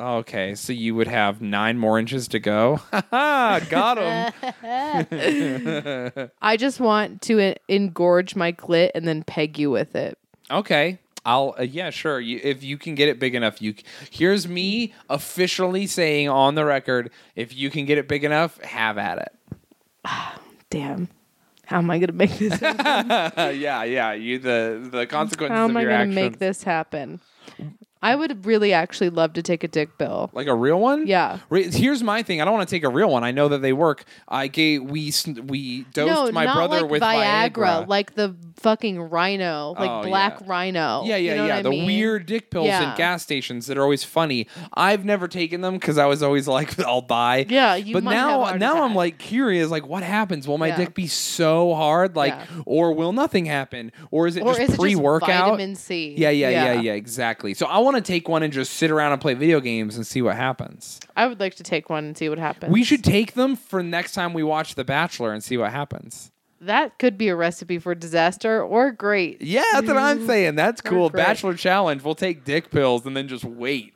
Speaker 3: oh, Okay, so you would have nine more inches to go. <laughs> Ha ha!
Speaker 2: <laughs>
Speaker 3: Got him.
Speaker 2: I just want to en- engorge my clit and then peg you with it.
Speaker 3: Okay. I'll uh, yeah, sure. You, if you can get it big enough, you c- here's me officially saying on the record, if you can get it big enough, have at it. <laughs>
Speaker 2: Damn. How am I gonna make
Speaker 3: <laughs>
Speaker 2: this? How
Speaker 3: Uh, yeah, yeah. You the the consequences
Speaker 2: am
Speaker 3: of
Speaker 2: I
Speaker 3: your
Speaker 2: gonna
Speaker 3: actions.
Speaker 2: make this happen? I would really actually love to take a dick pill.
Speaker 3: Like a real one?
Speaker 2: Yeah.
Speaker 3: Re- Here's my thing. I don't want to take a real one. I know that they work. I gave we sn- we dosed
Speaker 2: no,
Speaker 3: my
Speaker 2: not
Speaker 3: brother
Speaker 2: like
Speaker 3: with
Speaker 2: Viagra,
Speaker 3: Viagra.
Speaker 2: like the fucking rhino, like
Speaker 3: Oh,
Speaker 2: black
Speaker 3: yeah.
Speaker 2: rhino.
Speaker 3: yeah, yeah,
Speaker 2: You know what
Speaker 3: yeah.
Speaker 2: I
Speaker 3: the
Speaker 2: mean?
Speaker 3: weird dick pills
Speaker 2: Yeah.
Speaker 3: in gas stations that are always funny. I've never taken them because I was always <laughs> like, I'll buy.
Speaker 2: Yeah, you
Speaker 3: But
Speaker 2: might have a
Speaker 3: now,
Speaker 2: heart
Speaker 3: now I'm
Speaker 2: attack.
Speaker 3: like curious. Like, what happens? Will my
Speaker 2: Yeah.
Speaker 3: dick be so hard? Like,
Speaker 2: Yeah.
Speaker 3: or will nothing happen? Or is it
Speaker 2: Or
Speaker 3: just
Speaker 2: is it
Speaker 3: pre
Speaker 2: just
Speaker 3: workout?
Speaker 2: vitamin C?
Speaker 3: Yeah, yeah, yeah, yeah, exactly. So I want to take one and just sit around and play video games and see what happens.
Speaker 2: I would like to take one and see what happens.
Speaker 3: We should take them for next time we watch The Bachelor and see what happens.
Speaker 2: That could be a recipe for disaster or great.
Speaker 3: Yeah, that's what I'm saying. That's cool.
Speaker 2: great.
Speaker 3: Bachelor challenge. We'll take dick pills and then just wait.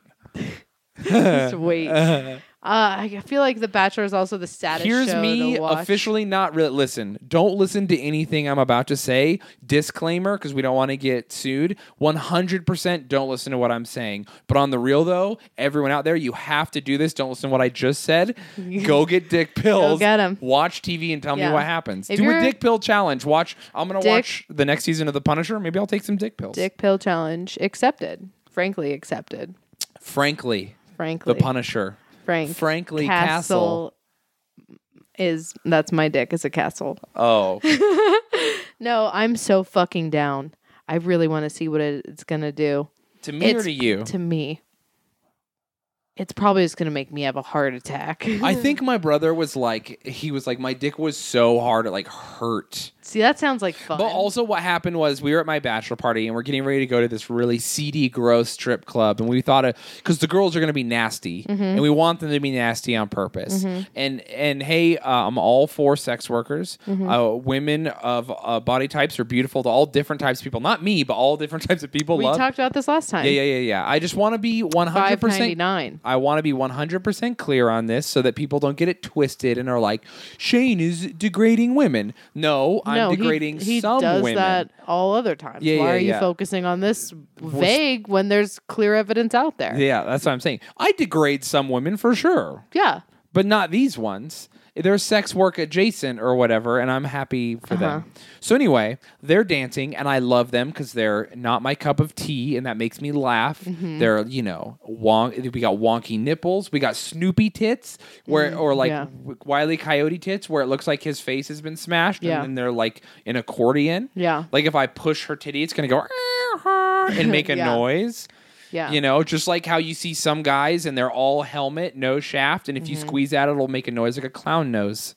Speaker 2: Just
Speaker 3: <laughs>
Speaker 2: wait. Uh, I feel like The Bachelor is also the saddest
Speaker 3: Here's
Speaker 2: show
Speaker 3: me
Speaker 2: to watch.
Speaker 3: officially not re- listen. Don't listen to anything I'm about to say. Disclaimer, because we don't want to get sued. 100% don't listen to what I'm saying. But on the real though, everyone out there, you have to do this. Don't listen to what I just
Speaker 2: <laughs>
Speaker 3: said. Go get dick pills.
Speaker 2: get 'em.
Speaker 3: Watch TV and tell
Speaker 2: Yeah.
Speaker 3: me what happens.
Speaker 2: If
Speaker 3: do a
Speaker 2: you're-
Speaker 3: dick pill challenge. Watch. I'm gonna
Speaker 2: Dick-
Speaker 3: watch the next season of The Punisher. Maybe I'll take some dick pills.
Speaker 2: Dick pill challenge accepted. Frankly accepted.
Speaker 3: Frankly,
Speaker 2: Frankly,
Speaker 3: The Punisher.
Speaker 2: Frank
Speaker 3: Frankly,
Speaker 2: Castle is that's my dick is a castle. <laughs>
Speaker 3: Oh,
Speaker 2: No, I'm so fucking down. I really want to see what it- it's gonna do
Speaker 3: to me or
Speaker 2: It's-
Speaker 3: to you?
Speaker 2: to me. It's probably just gonna make me have a heart attack. <laughs>
Speaker 3: I think my brother was like, he was like, my dick was so hard, it like hurt.
Speaker 2: see, that sounds like fun.
Speaker 3: But also, what happened was we were at my bachelor party and we're getting ready to go to this really seedy, gross strip club. And we thought, because the girls are going to be nasty
Speaker 2: Mm-hmm.
Speaker 3: and we want them to be nasty on purpose. And and hey, uh, I'm all for sex workers.
Speaker 2: Mm-hmm.
Speaker 3: Uh, women of uh, body types are beautiful to all different types of people. Not me, but all different <laughs> types of people.
Speaker 2: we
Speaker 3: love.
Speaker 2: talked about this last time.
Speaker 3: yeah, yeah, yeah, yeah. I just want to be 100
Speaker 2: Five
Speaker 3: percent
Speaker 2: ninety nine.
Speaker 3: I want to be 100% clear on this so that people don't get it twisted and are like, Shane is degrading women. No, I'm
Speaker 2: no, he-
Speaker 3: degrading
Speaker 2: he,
Speaker 3: some
Speaker 2: does
Speaker 3: women.
Speaker 2: that all other times.
Speaker 3: Yeah,
Speaker 2: Why
Speaker 3: yeah,
Speaker 2: are you
Speaker 3: yeah.
Speaker 2: focusing on this vague when there's clear evidence out there?
Speaker 3: Yeah, that's what I'm saying. I degrade some women for sure,
Speaker 2: Yeah.
Speaker 3: but not these ones. They're sex work adjacent or whatever, and I'm happy for them.
Speaker 2: Uh-huh.
Speaker 3: So, anyway, they're dancing, and I love them because they're not my cup of tea, and that makes me laugh.
Speaker 2: Mm-hmm.
Speaker 3: They're, you know, wonk- we got wonky nipples, we got Snoopy tits, where or like
Speaker 2: Mm, yeah.
Speaker 3: Wiley Coyote tits where it looks like his face has been smashed
Speaker 2: Yeah.
Speaker 3: and then they're like an accordion.
Speaker 2: Yeah.
Speaker 3: Like if I push her titty, it's gonna go and make
Speaker 2: <laughs>
Speaker 3: a
Speaker 2: Yeah.
Speaker 3: noise.
Speaker 2: Yeah.
Speaker 3: You know, just like how you see some guys and they're all helmet, no shaft, and if you squeeze at it, it'll make a noise like a clown nose.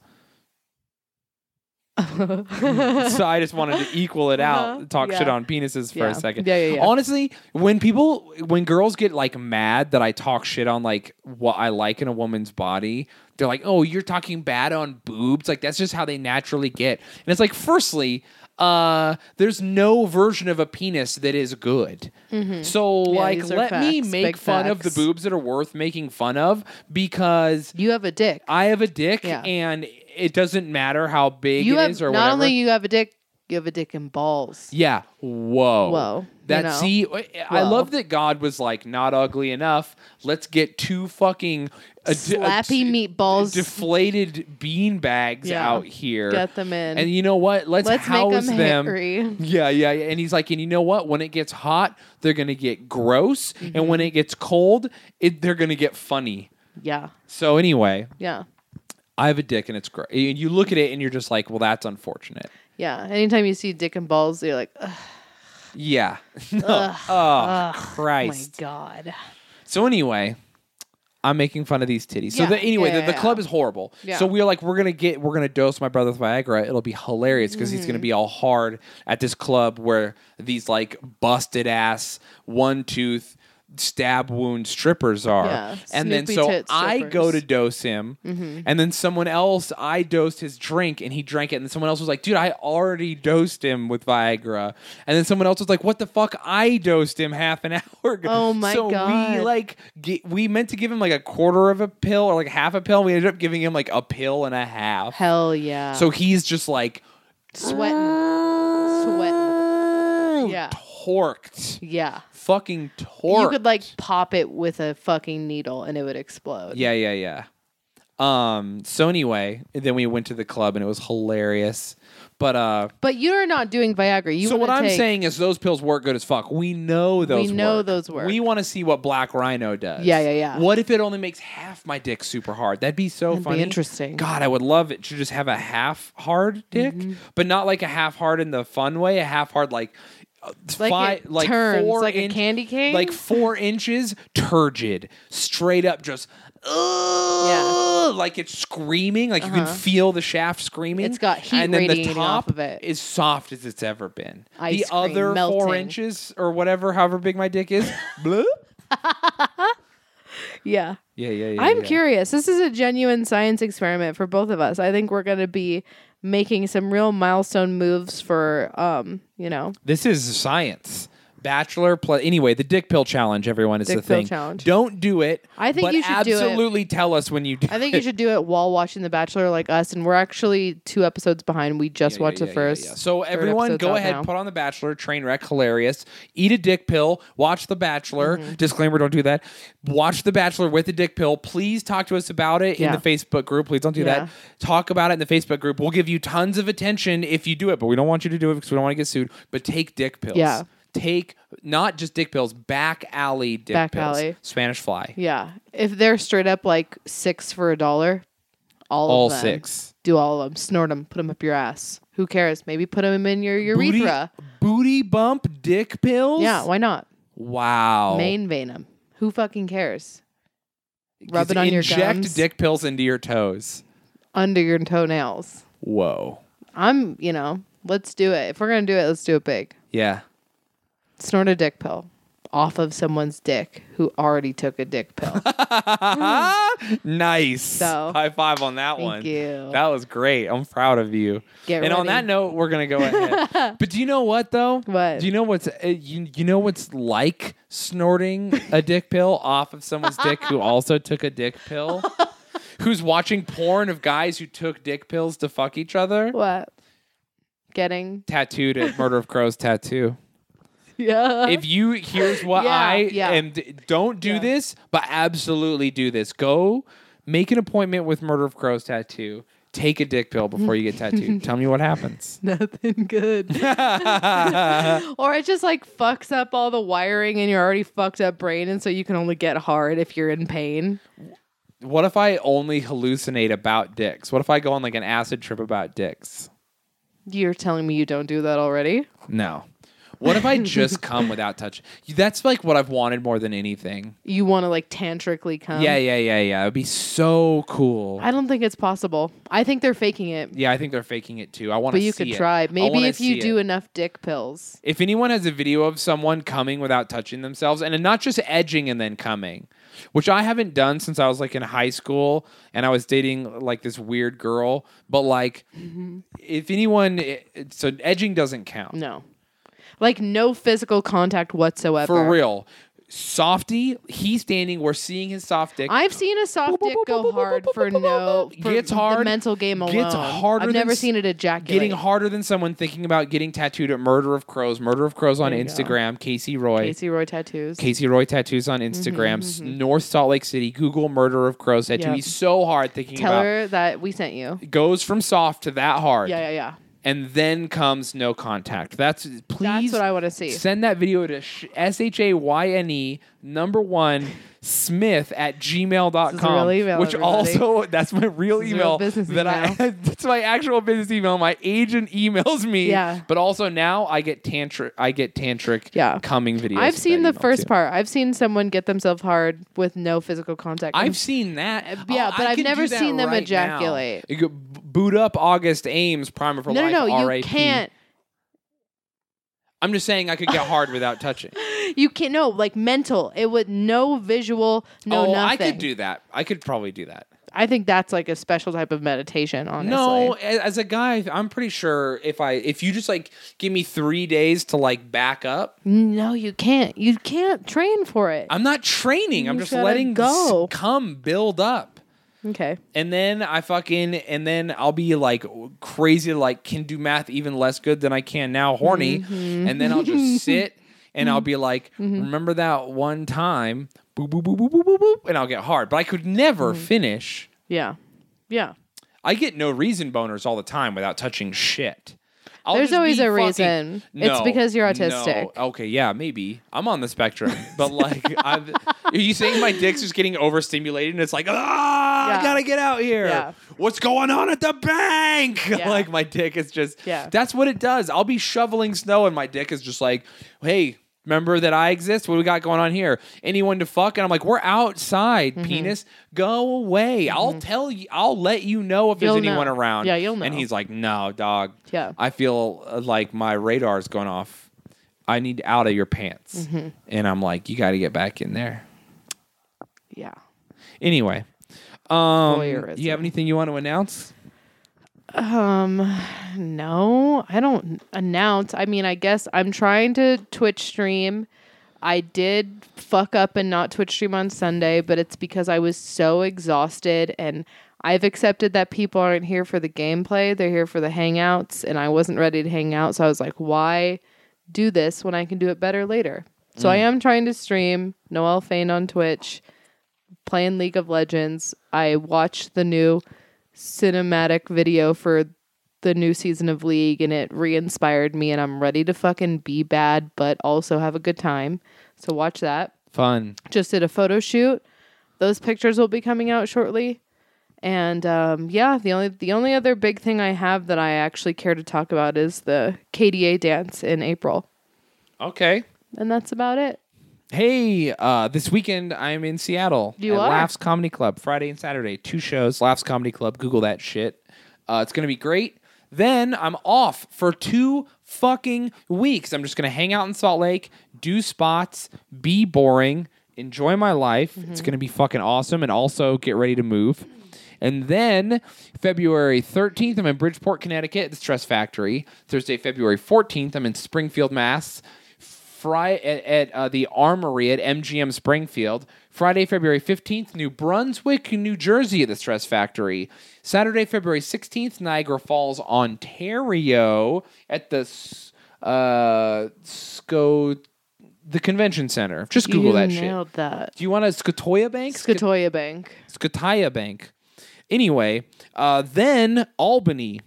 Speaker 3: so I just wanted to equal it
Speaker 2: Uh-huh.
Speaker 3: out, talk shit
Speaker 2: Yeah.
Speaker 3: on penises for
Speaker 2: Yeah.
Speaker 3: a second.
Speaker 2: Yeah, yeah, yeah.
Speaker 3: Honestly, when people, when girls get like mad that I talk shit on like what I like in a woman's body, they're like, "Oh, you're talking bad on boobs." Like that's just how they naturally get. And it's like, firstly, uh, there's no version of a penis that is good. So
Speaker 2: Mm-hmm. Yeah,
Speaker 3: like,
Speaker 2: these are
Speaker 3: let me
Speaker 2: facts,
Speaker 3: make
Speaker 2: big
Speaker 3: fun of the
Speaker 2: facts.
Speaker 3: boobs that are worth making fun of because
Speaker 2: <laughs> You have a dick.
Speaker 3: I have a dick
Speaker 2: Yeah.
Speaker 3: and it doesn't matter how big
Speaker 2: you
Speaker 3: it
Speaker 2: have
Speaker 3: is or
Speaker 2: not
Speaker 3: whatever.
Speaker 2: only you have a dick, you have a dick and balls.
Speaker 3: Yeah. Whoa.
Speaker 2: Whoa, you
Speaker 3: That
Speaker 2: know.
Speaker 3: see, I
Speaker 2: Whoa.
Speaker 3: love that God was like, not ugly enough. Let's get two fucking a- a-
Speaker 2: Slappy
Speaker 3: a-
Speaker 2: meatballs.
Speaker 3: deflated bean bags
Speaker 2: Yeah.
Speaker 3: out here.
Speaker 2: Get them in.
Speaker 3: And you know what? Let's,
Speaker 2: Let's make
Speaker 3: house
Speaker 2: 'em
Speaker 3: them.
Speaker 2: hairy.
Speaker 3: Yeah, yeah, yeah. And he's like, and you know what? When it gets hot, they're gonna get gross, and
Speaker 2: Mm-hmm.
Speaker 3: when it gets cold, it, they're gonna get funny.
Speaker 2: yeah.
Speaker 3: So anyway,
Speaker 2: Yeah.
Speaker 3: I have a dick, and it's great. And you look at it, and you're just like, well, that's unfortunate.
Speaker 2: Yeah. Anytime you see dick and balls, you're like, oh
Speaker 3: Yeah. <laughs> no.
Speaker 2: my
Speaker 3: oh, Christ.
Speaker 2: God.
Speaker 3: So anyway, I'm making fun of these titties.
Speaker 2: Yeah.
Speaker 3: So the, anyway,
Speaker 2: Yeah,
Speaker 3: the, the
Speaker 2: yeah,
Speaker 3: club is horrible.
Speaker 2: Yeah.
Speaker 3: So we're like, we're gonna get, we're gonna dose my brother with Viagra. It'll be hilarious because he's
Speaker 2: Mm-hmm.
Speaker 3: gonna be all hard at this club where these like busted ass one tooth. stab wound strippers are.
Speaker 2: Yeah,
Speaker 3: and then
Speaker 2: Snoopy
Speaker 3: so
Speaker 2: tit
Speaker 3: I go to
Speaker 2: strippers. Mm-hmm.
Speaker 3: dose him, and then someone else I dosed his drink and he drank it, and then someone else was like, "Dude, I already dosed him with Viagra," and then someone else was like, "What the fuck? I dosed him half an <laughs> hour ago."
Speaker 2: Oh my
Speaker 3: so we
Speaker 2: God.
Speaker 3: like ge- we meant to give him like a quarter of a pill or like half a pill. We ended up giving him like a pill and a half.
Speaker 2: Hell yeah.
Speaker 3: So he's just like
Speaker 2: sweating. Sweating. Yeah.
Speaker 3: torqued,
Speaker 2: Yeah.
Speaker 3: fucking torqued.
Speaker 2: You could like pop it with a fucking needle and it would explode.
Speaker 3: Yeah, yeah, yeah. Um, so anyway, then we went to the club and it was hilarious. But uh
Speaker 2: But you're not doing Viagra. You
Speaker 3: so what
Speaker 2: wanna
Speaker 3: I'm
Speaker 2: take-
Speaker 3: saying is those pills work good as fuck. We know those
Speaker 2: know
Speaker 3: work.
Speaker 2: those work.
Speaker 3: We want to see what Black Rhino does.
Speaker 2: Yeah, yeah, yeah.
Speaker 3: What if it only makes half my dick super hard? That'd be so
Speaker 2: That'd be
Speaker 3: funny.
Speaker 2: interesting. Mm-hmm.
Speaker 3: God, I would love it to just have a half hard dick, but not like a half hard in the fun way, a half hard like uh,
Speaker 2: Like
Speaker 3: fi-
Speaker 2: it turns,
Speaker 3: four
Speaker 2: like a
Speaker 3: inch-
Speaker 2: candy cane?
Speaker 3: Like four inches turgid, straight up just "Ugh," like it's screaming, like you can feel the shaft screaming.
Speaker 2: Uh-huh. It's got heat
Speaker 3: and then the
Speaker 2: radiating off
Speaker 3: top
Speaker 2: of it.
Speaker 3: is soft as it's ever been.
Speaker 2: Ice
Speaker 3: the
Speaker 2: cream
Speaker 3: other
Speaker 2: melting.
Speaker 3: four inches or whatever, however big my dick
Speaker 2: <laughs>
Speaker 3: is, blue.
Speaker 2: Yeah.
Speaker 3: Yeah, yeah, yeah.
Speaker 2: I'm
Speaker 3: yeah.
Speaker 2: curious. This is a genuine science experiment for both of us. I think we're going to be making some real milestone moves for, um, you know,
Speaker 3: This is science. Bachelor plus anyway, the dick pill challenge. Everyone is
Speaker 2: Dick
Speaker 3: the
Speaker 2: pill
Speaker 3: thing.
Speaker 2: challenge.
Speaker 3: Don't do it.
Speaker 2: I think
Speaker 3: but
Speaker 2: you should do it.
Speaker 3: absolutely tell us when you do.
Speaker 2: I think you
Speaker 3: it.
Speaker 2: should do it while watching The Bachelor, like us. And we're actually two episodes behind. We just
Speaker 3: Yeah,
Speaker 2: watched
Speaker 3: yeah,
Speaker 2: the
Speaker 3: yeah,
Speaker 2: first.
Speaker 3: yeah. So
Speaker 2: third
Speaker 3: everyone,
Speaker 2: episode's
Speaker 3: go
Speaker 2: out
Speaker 3: ahead,
Speaker 2: now.
Speaker 3: put on the Bachelor, train wreck, hilarious. Eat a dick pill, watch The Bachelor.
Speaker 2: Mm-hmm.
Speaker 3: Disclaimer: Don't do that. Watch The Bachelor with a dick pill. Please talk to us about it
Speaker 2: Yeah.
Speaker 3: in the Facebook group. Please don't do
Speaker 2: Yeah.
Speaker 3: that. Talk about it in the Facebook group. We'll give you tons of attention if you do it, but we don't want you to do it because we don't want to get sued. But take dick pills.
Speaker 2: Yeah.
Speaker 3: Take not just dick pills, back alley dick
Speaker 2: Back
Speaker 3: pills.
Speaker 2: alley.
Speaker 3: Spanish fly.
Speaker 2: Yeah. If they're straight up like six for a dollar, all,
Speaker 3: All
Speaker 2: of them.
Speaker 3: six.
Speaker 2: Do all of them. Snort them. Put them up your ass. Who cares? Maybe put them in your urethra.
Speaker 3: Booty, booty bump dick pills.
Speaker 2: Yeah. Why not?
Speaker 3: Wow.
Speaker 2: Main vein them. Who fucking cares? Rub
Speaker 3: Just
Speaker 2: it on your
Speaker 3: inject
Speaker 2: gums.
Speaker 3: dick pills into your toes.
Speaker 2: Under your toenails.
Speaker 3: Whoa.
Speaker 2: I'm, you know, let's do it. If we're gonna do it, let's do it big.
Speaker 3: Yeah.
Speaker 2: Snort a dick pill off of someone's dick who already took a dick
Speaker 3: <laughs>
Speaker 2: pill.
Speaker 3: nice.
Speaker 2: So-
Speaker 3: High five on that
Speaker 2: Thank
Speaker 3: one.
Speaker 2: you.
Speaker 3: That was great. I'm proud of you.
Speaker 2: Get
Speaker 3: and on that
Speaker 2: ready.
Speaker 3: note, we're gonna
Speaker 2: <laughs>
Speaker 3: go ahead. but do you know what though?
Speaker 2: What?
Speaker 3: Do you know what's uh, you, you know what's like snorting a dick pill off of someone's dick
Speaker 2: <laughs>
Speaker 3: who also took a dick pill? Who's watching porn of guys who took dick pills to fuck each other?
Speaker 2: what? Getting
Speaker 3: Tattooed at Murder of Crows tattoo.
Speaker 2: yeah.
Speaker 3: if you here's what
Speaker 2: Uh-huh. Yeah,
Speaker 3: I
Speaker 2: yeah.
Speaker 3: am don't do
Speaker 2: Yeah.
Speaker 3: this, but absolutely do this. Go make an appointment with Murder of Crows tattoo. Take a dick pill before you
Speaker 2: <laughs>
Speaker 3: get tattooed. Tell me what happens.
Speaker 2: <laughs> Nothing
Speaker 3: <laughs>
Speaker 2: good. or it just like fucks up all the wiring in your already fucked up brain, and so you can only get hard if you're in pain.
Speaker 3: What if I only hallucinate about dicks? What if I go on like an acid trip about dicks?
Speaker 2: You're telling me you don't do that already?
Speaker 3: No. What if I
Speaker 2: <laughs>
Speaker 3: just come without touch? That's like what I've wanted more than anything.
Speaker 2: You want to like tantrically come?
Speaker 3: yeah, yeah, yeah, yeah. It would be so cool.
Speaker 2: Um, I don't think it's possible. I think they're faking it.
Speaker 3: yeah, I think they're faking it too. I want to
Speaker 2: But
Speaker 3: see
Speaker 2: you could
Speaker 3: it. I
Speaker 2: try. Maybe
Speaker 3: wanna
Speaker 2: if you
Speaker 3: see it.
Speaker 2: do enough dick pills.
Speaker 3: If anyone has a video of someone coming without touching themselves and not just edging and then coming, which I haven't done since I was like in high school and I was dating like this weird girl, but like if anyone, it- it- so edging doesn't count
Speaker 2: Mm-hmm. No. Like no physical contact whatsoever.
Speaker 3: for real. Softy, he's standing, we're seeing his soft dick.
Speaker 2: I've seen a soft dick go hard for no for
Speaker 3: Gets hard,
Speaker 2: the mental game alone.
Speaker 3: gets harder
Speaker 2: I've
Speaker 3: than
Speaker 2: never
Speaker 3: s-
Speaker 2: seen it ejaculate.
Speaker 3: Getting harder than someone thinking about getting tattooed at Murder of Crows. Murder of Crows on
Speaker 2: There you go.
Speaker 3: Instagram. Casey Roy.
Speaker 2: Casey Roy tattoos.
Speaker 3: Casey Roy tattoos
Speaker 2: Mm-hmm,
Speaker 3: on Instagram, s- North Salt Lake City, Google murder of crows tattoo.
Speaker 2: Yep.
Speaker 3: He's so hard thinking
Speaker 2: Tell
Speaker 3: about
Speaker 2: her that we sent you.
Speaker 3: goes from soft to that hard.
Speaker 2: Yeah, yeah, yeah.
Speaker 3: And then comes no contact. That's
Speaker 2: That's
Speaker 3: please
Speaker 2: what I want to see.
Speaker 3: send that video to sh- S-H-A-Y-N-E E, number one Smith at gmail.com.
Speaker 2: This is a real email,
Speaker 3: which
Speaker 2: everybody.
Speaker 3: also <laughs> that's my real
Speaker 2: This is a real
Speaker 3: email
Speaker 2: business
Speaker 3: that I
Speaker 2: email.
Speaker 3: <laughs> that's my actual business email. My agent emails me.
Speaker 2: Yeah.
Speaker 3: But also now I get tantric I get tantric
Speaker 2: Yeah.
Speaker 3: coming videos.
Speaker 2: I've
Speaker 3: with
Speaker 2: seen
Speaker 3: that
Speaker 2: the
Speaker 3: email,
Speaker 2: first
Speaker 3: too.
Speaker 2: part. I've seen someone get themselves hard with no physical contact. And uh,
Speaker 3: I've seen that.
Speaker 2: yeah,
Speaker 3: Oh,
Speaker 2: but
Speaker 3: I
Speaker 2: I've
Speaker 3: can
Speaker 2: never
Speaker 3: do that
Speaker 2: seen them
Speaker 3: right now.
Speaker 2: ejaculate.
Speaker 3: You go b- boot up August Ames, Primer for
Speaker 2: no,
Speaker 3: Life.
Speaker 2: no, no. You
Speaker 3: RIP.
Speaker 2: can't.
Speaker 3: I'm just saying I could get hard without touching.
Speaker 2: You can't no like mental. It would no visual, <laughs> no
Speaker 3: oh,
Speaker 2: nothing.
Speaker 3: I could do that. I could probably do that.
Speaker 2: I think that's like a special type of meditation. Honestly,
Speaker 3: No, a- as a guy, I'm pretty sure if I if you just like give me three days to like back up,
Speaker 2: no, you can't. You can't train for it.
Speaker 3: I'm not training. I'm
Speaker 2: You
Speaker 3: just
Speaker 2: gotta
Speaker 3: letting
Speaker 2: go.
Speaker 3: go. come build up.
Speaker 2: okay,
Speaker 3: And then I fucking and then I'll be like crazy like can do math even less good than I can now horny and then I'll just sit and I'll be like remember that one time boop boop boop boop boop boop boop and I'll get hard but I could never finish.
Speaker 2: yeah, yeah.
Speaker 3: I get no reason boners all the time without touching shit. I'll
Speaker 2: There's
Speaker 3: just be
Speaker 2: always a
Speaker 3: fucking-
Speaker 2: reason. It's because you're autistic.
Speaker 3: no. Okay, yeah, maybe I'm on the spectrum, but like, <laughs> I'm, are you saying my dick's just getting overstimulated and it's like, ah,
Speaker 2: Yeah.
Speaker 3: I gotta get out here.
Speaker 2: Yeah.
Speaker 3: What's going on at the bank? <laughs>
Speaker 2: Yeah.
Speaker 3: like my dick is just.
Speaker 2: Yeah.
Speaker 3: That's what it does. I'll be shoveling snow and my dick is just like, hey. Remember that I exist? What do we got going on here? Anyone to fuck? And I'm like, we're outside,
Speaker 2: Mm-hmm.
Speaker 3: penis. Go away. I'll tell you. I'll let you know if
Speaker 2: You'll
Speaker 3: there's anyone
Speaker 2: know.
Speaker 3: around.
Speaker 2: Yeah, you'll
Speaker 3: And
Speaker 2: know.
Speaker 3: he's like, no, dog.
Speaker 2: Yeah.
Speaker 3: I feel uh, like my radar's going off. I need out of your pants.
Speaker 2: Mm-hmm.
Speaker 3: And I'm like, you got to get back in there.
Speaker 2: Yeah.
Speaker 3: Anyway, um,
Speaker 2: Voyeurism.
Speaker 3: you have anything you want to announce?
Speaker 2: Um, no, I don't announce. I mean, I guess I'm trying to Twitch stream. I did fuck up and not Twitch stream on Sunday, but it's because I was so exhausted and I've accepted that people aren't here for the gameplay, they're here for the hangouts, and I wasn't ready to hang out, so I was like, why do this when I can do it better later? So I am trying to stream Noel Fain on Twitch, playing League of Legends. I watched the new cinematic video for the new season of League and it re inspired me and I'm ready to fucking be bad but also have a good time. So watch that.
Speaker 3: Fun.
Speaker 2: Just did a photo shoot. Those pictures will be coming out shortly. And um, yeah, the only the only other big thing I have that I actually care to talk about is the KDA dance in April.
Speaker 3: Okay.
Speaker 2: And that's about it.
Speaker 3: Hey, uh, this weekend I'm in Seattle.
Speaker 2: You
Speaker 3: at
Speaker 2: are?
Speaker 3: Laughs Comedy Club, Friday and Saturday. Two shows, Laughs Comedy Club. Google that shit. Uh, it's going to be great. Then I'm off for two fucking weeks. I'm just going to hang out in Salt Lake, do spots, be boring, enjoy my life. It's
Speaker 2: Mm-hmm.
Speaker 3: going to be fucking awesome and also get ready to move. And then February 13th, I'm in Bridgeport, Connecticut at the Stress Factory. Thursday, February 14th, I'm in Springfield, Mass. Friday at, at uh, the Armory at MGM Springfield. Friday, February 15th, New Brunswick, New Jersey at the Stress Factory. Saturday, February 16th, Niagara Falls, Ontario at the S- uh, SCO, the convention center. Just Google
Speaker 2: you
Speaker 3: that
Speaker 2: nailed
Speaker 3: shit.
Speaker 2: that.
Speaker 3: Do you want a Scotoya Bank? Sc-
Speaker 2: Scotoya Bank.
Speaker 3: Scotia Bank. Anyway, uh, then Albany,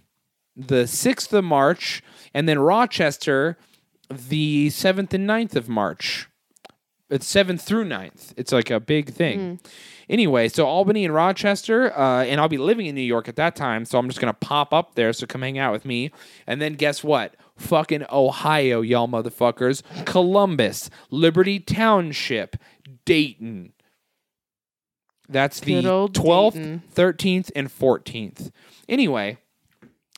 Speaker 3: the 6th of March, and then Rochester, the 7th and 9th of March. It's 7th through 9th. It's like a big thing.
Speaker 2: Mm-hmm.
Speaker 3: Anyway, so Albany and Rochester, uh, and I'll be living in New York at that time, so I'm just going to pop up there. So come hang out with me. And then guess what? Fucking Ohio, y'all motherfuckers. Columbus, Liberty Township, Dayton. That's the
Speaker 2: Good old
Speaker 3: 12th,
Speaker 2: Dayton.
Speaker 3: 13th, and 14th. Anyway,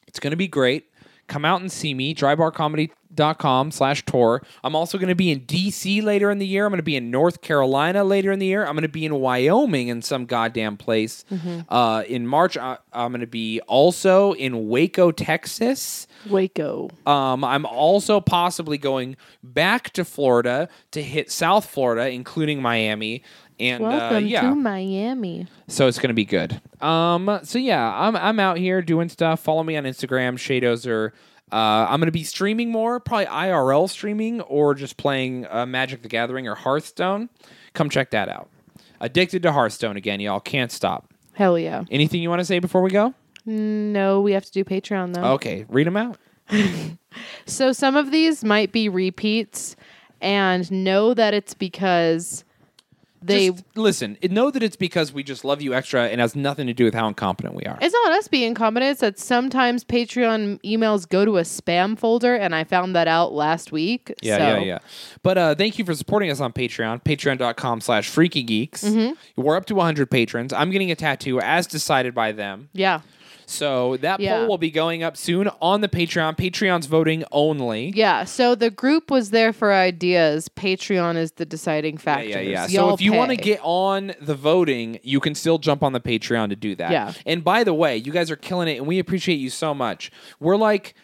Speaker 3: it's going to be great. Come out and see me, drybarcomedy.com slash tour. I'm also going to be in DC later in the year. I'm going to be in North Carolina later in the year. I'm going to be in Wyoming in some goddamn place.
Speaker 2: Mm-hmm.
Speaker 3: Uh, in March, I- I'm going to be also in Waco, Texas.
Speaker 2: Waco.
Speaker 3: Um, I'm also possibly going back to Florida to hit South Florida, including Miami. And uh,
Speaker 2: Welcome
Speaker 3: yeah,
Speaker 2: to Miami.
Speaker 3: so it's gonna be good. Um, so yeah, I'm I'm out here doing stuff. Follow me on Instagram, Shadozer. Uh, I'm gonna be streaming more, probably IRL streaming or just playing uh, Magic the Gathering or Hearthstone. Come check that out. Addicted to Hearthstone again, y'all can't stop.
Speaker 2: Hell yeah.
Speaker 3: Anything you want to say before we go?
Speaker 2: No, we have to do Patreon though.
Speaker 3: Okay, read them out.
Speaker 2: So some of these might be repeats, and know that it's because they.
Speaker 3: Just listen. Know that it's because we just love you extra and has nothing to do with how incompetent we are.
Speaker 2: it's not us being competent. It's that sometimes Patreon emails go to a spam folder, and I found that out last week.
Speaker 3: Yeah,
Speaker 2: so.
Speaker 3: yeah, yeah. But uh, thank you for supporting us on Patreon, patreon.com slash
Speaker 2: Mm-hmm.
Speaker 3: freaky geeks. We're up to 100 patrons. I'm getting a tattoo as decided by them.
Speaker 2: Yeah.
Speaker 3: So that
Speaker 2: Yeah.
Speaker 3: poll will be going up soon on the Patreon. Patreon's voting only.
Speaker 2: Yeah, so the group was there for ideas. Patreon is the deciding factor.
Speaker 3: Yeah, yeah, yeah. So if you want to get on the voting, you can still jump on the Patreon to do that.
Speaker 2: Yeah.
Speaker 3: And by the way, you guys are killing it, and we appreciate you so much. We're like,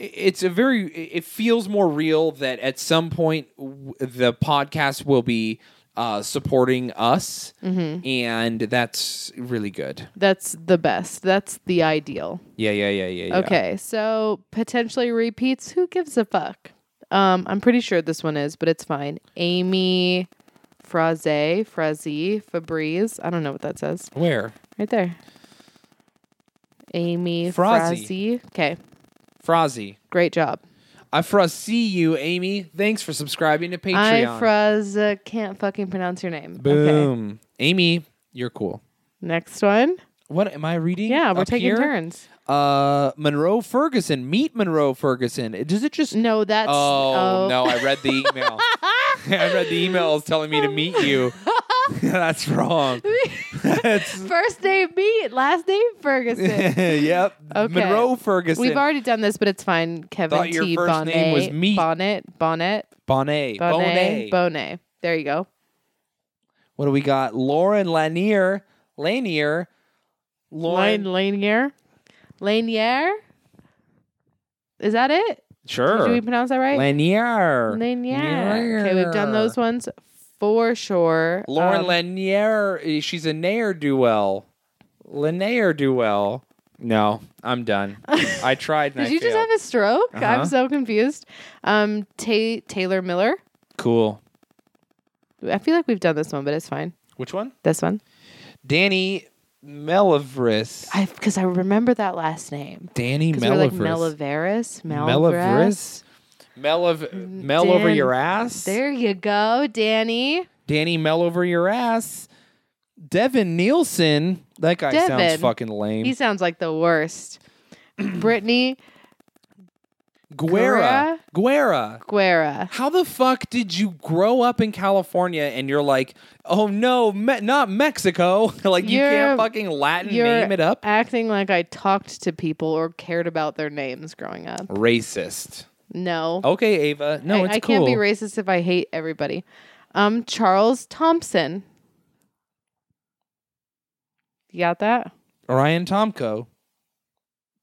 Speaker 3: i- it's a very, it feels more real that at some point w- the podcast will be. Uh, supporting us,
Speaker 2: Mm-hmm.
Speaker 3: and that's really good.
Speaker 2: That's the best. That's the ideal.
Speaker 3: Yeah, yeah, yeah, yeah. yeah.
Speaker 2: Okay, so potentially repeats. Who gives a fuck? Um, I'm pretty sure this one is, but it's fine. Amy Fraze, Fraze, Fabriz. I don't know what that says.
Speaker 3: Where?
Speaker 2: Right there. Amy
Speaker 3: Fraze.
Speaker 2: Fraze. Okay,
Speaker 3: Frozzy.
Speaker 2: great job.
Speaker 3: I see you, Amy. Thanks for subscribing to Patreon.
Speaker 2: I Fraze can't fucking pronounce your name. Okay,
Speaker 3: Boom. Amy, you're cool.
Speaker 2: next one.
Speaker 3: What am I reading?
Speaker 2: Yeah, we're
Speaker 3: up
Speaker 2: taking
Speaker 3: here?
Speaker 2: turns.
Speaker 3: Uh, Monroe Ferguson. Meet Monroe Ferguson. It- Does it just?
Speaker 2: No, that's
Speaker 3: Oh,
Speaker 2: oh,
Speaker 3: no! I read the email. I read the emails telling me to meet
Speaker 2: <laughs>
Speaker 3: you. <laughs> That's wrong. That's,
Speaker 2: <laughs> First name Meat, last name
Speaker 3: <laughs>
Speaker 2: Ferguson.
Speaker 3: yep.
Speaker 2: Okay.
Speaker 3: Monroe Ferguson.
Speaker 2: We've already done this, but it's fine. Kevin
Speaker 3: Thought your
Speaker 2: T.
Speaker 3: first
Speaker 2: Bonnet.
Speaker 3: name was Meat.
Speaker 2: Bonnet. Bonnet. Bonnet.
Speaker 3: Bonnet. Bonnet.
Speaker 2: Bonnet. There you go.
Speaker 3: what do we got? Lauren Lanier. Lanier. Lauren.
Speaker 2: Lane Lanier. Lanier. Is that it?
Speaker 3: sure.
Speaker 2: Did we pronounce that right?
Speaker 3: Lanier.
Speaker 2: Lanier. Okay, we've done those ones for sure.
Speaker 3: Lauren
Speaker 2: Um,
Speaker 3: Lanier, eh, she's a Nair duel. Lanier duel. No, I'm done.
Speaker 2: <laughs>
Speaker 3: I tried. And
Speaker 2: Did
Speaker 3: I
Speaker 2: you just
Speaker 3: failed.
Speaker 2: have a stroke?
Speaker 3: Uh-huh.
Speaker 2: I'm so confused. Um, Ta- Taylor Miller.
Speaker 3: cool?
Speaker 2: I feel like we've done this one, but it's fine.
Speaker 3: Which one?
Speaker 2: This one.
Speaker 3: Danny Melivris.
Speaker 2: I because I remember that last name.
Speaker 3: Danny
Speaker 2: Because we're like Melivaris,
Speaker 3: Melivris.
Speaker 2: Melivras.
Speaker 3: Melivris. Mel of Mel
Speaker 2: Mm,
Speaker 3: over
Speaker 2: Dan-
Speaker 3: your ass.
Speaker 2: There you go, Danny.
Speaker 3: Danny Mel over your ass. Devin Nielsen. That guy
Speaker 2: Devin.
Speaker 3: sounds fucking lame.
Speaker 2: He sounds like the
Speaker 3: <clears throat>
Speaker 2: worst. Brittany
Speaker 3: Guerra. Guerra.
Speaker 2: Guerra.
Speaker 3: How the fuck did you grow up in California and you're like, oh no, me- not Mexico? <laughs> like you
Speaker 2: You're-
Speaker 3: can't fucking Latin
Speaker 2: You're
Speaker 3: name it up.
Speaker 2: acting like I talked to people or cared about their names growing up.
Speaker 3: Racist.
Speaker 2: No.
Speaker 3: Okay, Ava. Oh, No,
Speaker 2: I,
Speaker 3: it's
Speaker 2: I
Speaker 3: cool.
Speaker 2: can't be racist if I hate everybody. Um, Charles Thompson. You got that?
Speaker 3: Orion Tomko.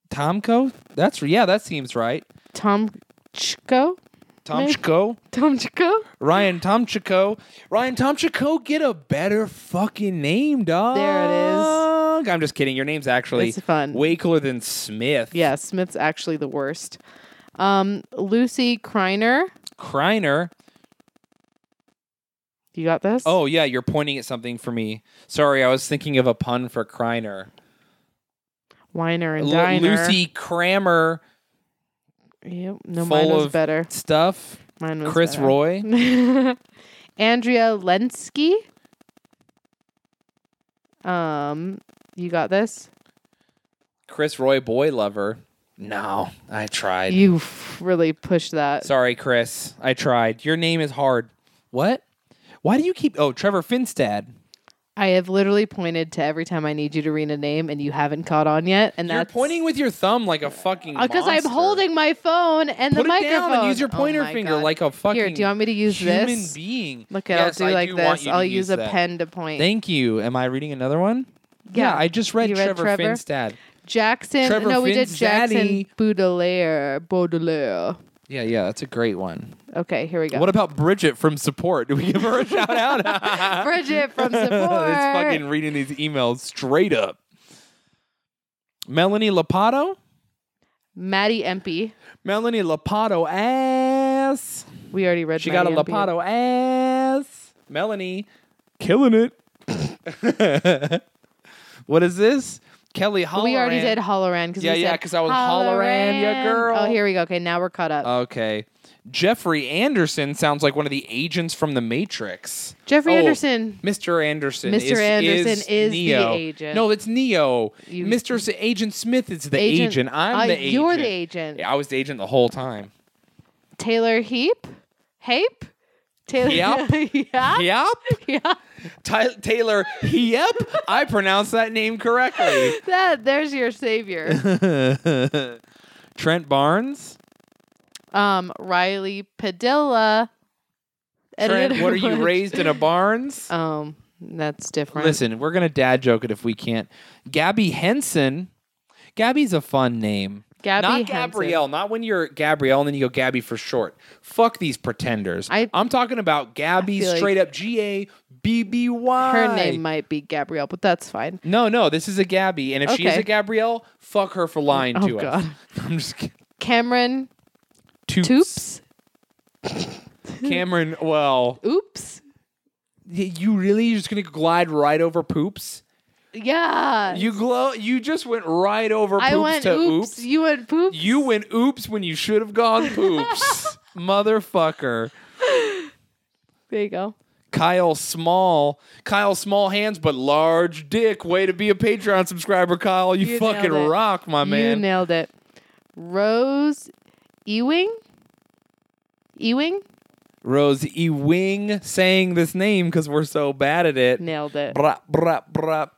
Speaker 3: Tomko? That's yeah. That seems right.
Speaker 2: Tomchko? Maybe. <laughs>
Speaker 3: Tomchko.
Speaker 2: Tomchko?
Speaker 3: Ryan Tomchko. Ryan Tomchko. Get a better fucking name, dog.
Speaker 2: There it
Speaker 3: is. I'm just kidding. Your name's actually
Speaker 2: It's fun.
Speaker 3: way cooler than Smith.
Speaker 2: Yeah, Smith's actually the worst. Um, Lucy Kreiner.
Speaker 3: Kreiner.
Speaker 2: You got this?
Speaker 3: Oh yeah, you're pointing at something for me. Sorry, I was thinking of a pun for Kreiner.
Speaker 2: Winer and
Speaker 3: Lu-
Speaker 2: Diner.
Speaker 3: Lucy Kramer
Speaker 2: Yep. No,
Speaker 3: full
Speaker 2: mine was
Speaker 3: of
Speaker 2: better.
Speaker 3: stuff.
Speaker 2: Mine was
Speaker 3: Chris
Speaker 2: better.
Speaker 3: Roy.
Speaker 2: <laughs> Andrea Lenski. Um, you got this.
Speaker 3: Chris Roy boy lover. No, I tried.
Speaker 2: You f- really pushed that.
Speaker 3: Sorry, Chris. I tried. Your name is hard. What? Why do you keep Oh, Trevor Finstad.
Speaker 2: I have literally pointed to every time I need you to read a name, and you haven't caught on yet. And
Speaker 3: You're
Speaker 2: that's
Speaker 3: pointing with your thumb like a fucking
Speaker 2: because I'm
Speaker 3: monster.
Speaker 2: holding my phone and
Speaker 3: Put
Speaker 2: the
Speaker 3: it
Speaker 2: microphone.
Speaker 3: down and use your
Speaker 2: Oh
Speaker 3: pointer
Speaker 2: my
Speaker 3: finger
Speaker 2: God.
Speaker 3: like a fucking
Speaker 2: Here, do you want me to use
Speaker 3: human
Speaker 2: this?
Speaker 3: being.
Speaker 2: Look, at
Speaker 3: yes,
Speaker 2: I'll do
Speaker 3: I
Speaker 2: like
Speaker 3: do want
Speaker 2: this.
Speaker 3: you to
Speaker 2: I'll use a
Speaker 3: that.
Speaker 2: pen to point.
Speaker 3: Thank you. Am I reading another one?
Speaker 2: Yeah.
Speaker 3: I just read,
Speaker 2: You read
Speaker 3: Trevor,
Speaker 2: Trevor?
Speaker 3: Finstad.
Speaker 2: Jackson.
Speaker 3: Trevor
Speaker 2: no, we did Jackson
Speaker 3: Finzatti.
Speaker 2: Baudelaire. Baudelaire.
Speaker 3: Yeah, yeah, that's a great one.
Speaker 2: Okay, here we go.
Speaker 3: What about Bridget from support? Do we give her a shout
Speaker 2: <laughs>
Speaker 3: out?
Speaker 2: Bridget
Speaker 3: <laughs>
Speaker 2: from support.
Speaker 3: it's fucking reading these emails straight up. Melanie Lapato?
Speaker 2: Maddie Empey.
Speaker 3: Melanie Lapato ass.
Speaker 2: We already read.
Speaker 3: She
Speaker 2: Maddie
Speaker 3: got a
Speaker 2: Empey.
Speaker 3: Lapato ass. Melanie killing it. <laughs> what is this? Kelly Holloran.
Speaker 2: We already did Holloran because
Speaker 3: Yeah, yeah, 'cause I was Holloran, ya girl. Uh,
Speaker 2: Oh, here we go. Okay, now we're caught up.
Speaker 3: Okay. Jeffrey Anderson sounds like one of the agents from The Matrix.
Speaker 2: Jeffrey
Speaker 3: Oh,
Speaker 2: Anderson.
Speaker 3: Mr. Anderson.
Speaker 2: Mr.
Speaker 3: Is,
Speaker 2: Anderson is the
Speaker 3: Neo.
Speaker 2: agent.
Speaker 3: No, it's Neo.
Speaker 2: You-
Speaker 3: Mr. S- agent Smith is the agent.
Speaker 2: Agent-
Speaker 3: I'm
Speaker 2: Uh,
Speaker 3: the agent.
Speaker 2: You're the agent.
Speaker 3: Yeah, I was the agent the whole time.
Speaker 2: Taylor Heap. Hape. Taylor. <laughs>
Speaker 3: Yep.
Speaker 2: yeah.
Speaker 3: Yep.
Speaker 2: Yeah.
Speaker 3: Ty- Taylor. Yep. I pronounced that name correctly.
Speaker 2: <laughs> That there's your
Speaker 3: <laughs>
Speaker 2: savior.
Speaker 3: Trent Barnes.
Speaker 2: Um, Riley Padilla.
Speaker 3: Trent,
Speaker 2: Edited
Speaker 3: what are you
Speaker 2: one.
Speaker 3: raised in a Barnes?
Speaker 2: Um, that's different.
Speaker 3: Listen, we're gonna dad joke it if we can't. Gabby Henson. Gabby's a fun name.
Speaker 2: Gabby
Speaker 3: not
Speaker 2: Henson.
Speaker 3: Gabrielle. Not when you're Gabrielle and then you go Gabby for short. Fuck these pretenders.
Speaker 2: I-
Speaker 3: am talking about Gabby
Speaker 2: I feel like-
Speaker 3: straight up G A B B Y.
Speaker 2: Her name might be Gabrielle, but that's fine.
Speaker 3: No, no, this is a Gabby, and if she is
Speaker 2: Okay.
Speaker 3: a Gabrielle, fuck her for lying
Speaker 2: Oh,
Speaker 3: to us.
Speaker 2: God.
Speaker 3: <laughs> I'm just kidding.
Speaker 2: Cameron
Speaker 3: Toops.
Speaker 2: Toops.
Speaker 3: Cameron. Well,
Speaker 2: Oops.
Speaker 3: y- you really just gonna glide right over poops?
Speaker 2: Yeah.
Speaker 3: You glow. You just went right over poops
Speaker 2: I went
Speaker 3: to
Speaker 2: oops.
Speaker 3: oops.
Speaker 2: You went poops.
Speaker 3: You went oops when you should have gone poops, motherfucker.
Speaker 2: There you go.
Speaker 3: Kyle Small. Kyle Small hands, but large dick. Way to be a Patreon subscriber, Kyle. You,
Speaker 2: You
Speaker 3: fucking
Speaker 2: nailed it.
Speaker 3: rock, my
Speaker 2: You
Speaker 3: man.
Speaker 2: nailed it. Rose Ewing. Ewing
Speaker 3: Rose E. Wing saying this name because we're so bad at it.
Speaker 2: nailed it.
Speaker 3: Brap, brap, brap.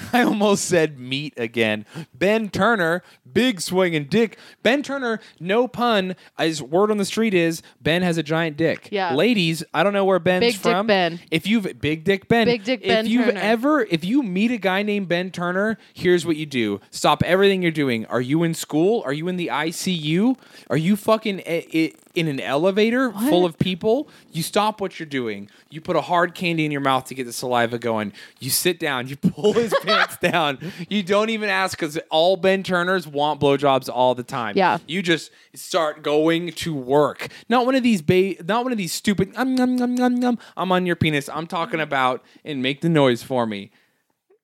Speaker 3: <laughs> I almost said meat again. Ben Turner, big swinging dick. Ben Turner, no pun. His word on the street is Ben has a giant dick.
Speaker 2: Yeah.
Speaker 3: Ladies, I don't know where Ben's
Speaker 2: Big Dick
Speaker 3: from.
Speaker 2: Ben.
Speaker 3: If you've big dick Ben.
Speaker 2: Big Dick
Speaker 3: if
Speaker 2: Ben
Speaker 3: you've
Speaker 2: Turner.
Speaker 3: ever, if you meet a guy named Ben Turner, here's what you do: stop everything you're doing. Are you in school? Are you in the ICU? Are you fucking i- i- in an elevator full of people? You stop what you're doing. You put a hard candy in your mouth to get the saliva going. You sit down. You <laughs> pull his pants down. You don't even ask because all Ben Turners want blowjobs all the time.
Speaker 2: Yeah.
Speaker 3: You just start going to work. Not one of these ba- not one of these stupid um, um, um, um, um, I'm on your penis. I'm talking about and make the noise for me.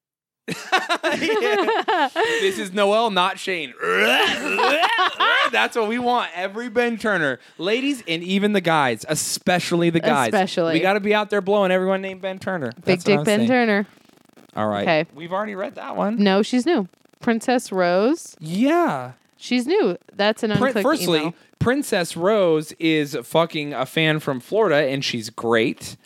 Speaker 3: <laughs> This is Noel, not Shane. <laughs> That's what we want. Every Ben Turner, ladies and even the guys, especially the guys.
Speaker 2: Especially.
Speaker 3: we got to be out there blowing everyone named Ben Turner.
Speaker 2: Big
Speaker 3: That's what I
Speaker 2: Dick
Speaker 3: was
Speaker 2: Ben
Speaker 3: saying.
Speaker 2: Turner.
Speaker 3: All right.
Speaker 2: Okay.
Speaker 3: We've already read that one.
Speaker 2: No, she's new. Princess Rose.
Speaker 3: Yeah.
Speaker 2: She's new. That's an
Speaker 3: Prin-
Speaker 2: unclicked
Speaker 3: firstly,
Speaker 2: email.
Speaker 3: Princess Rose is fucking a fan from Florida, and she's great.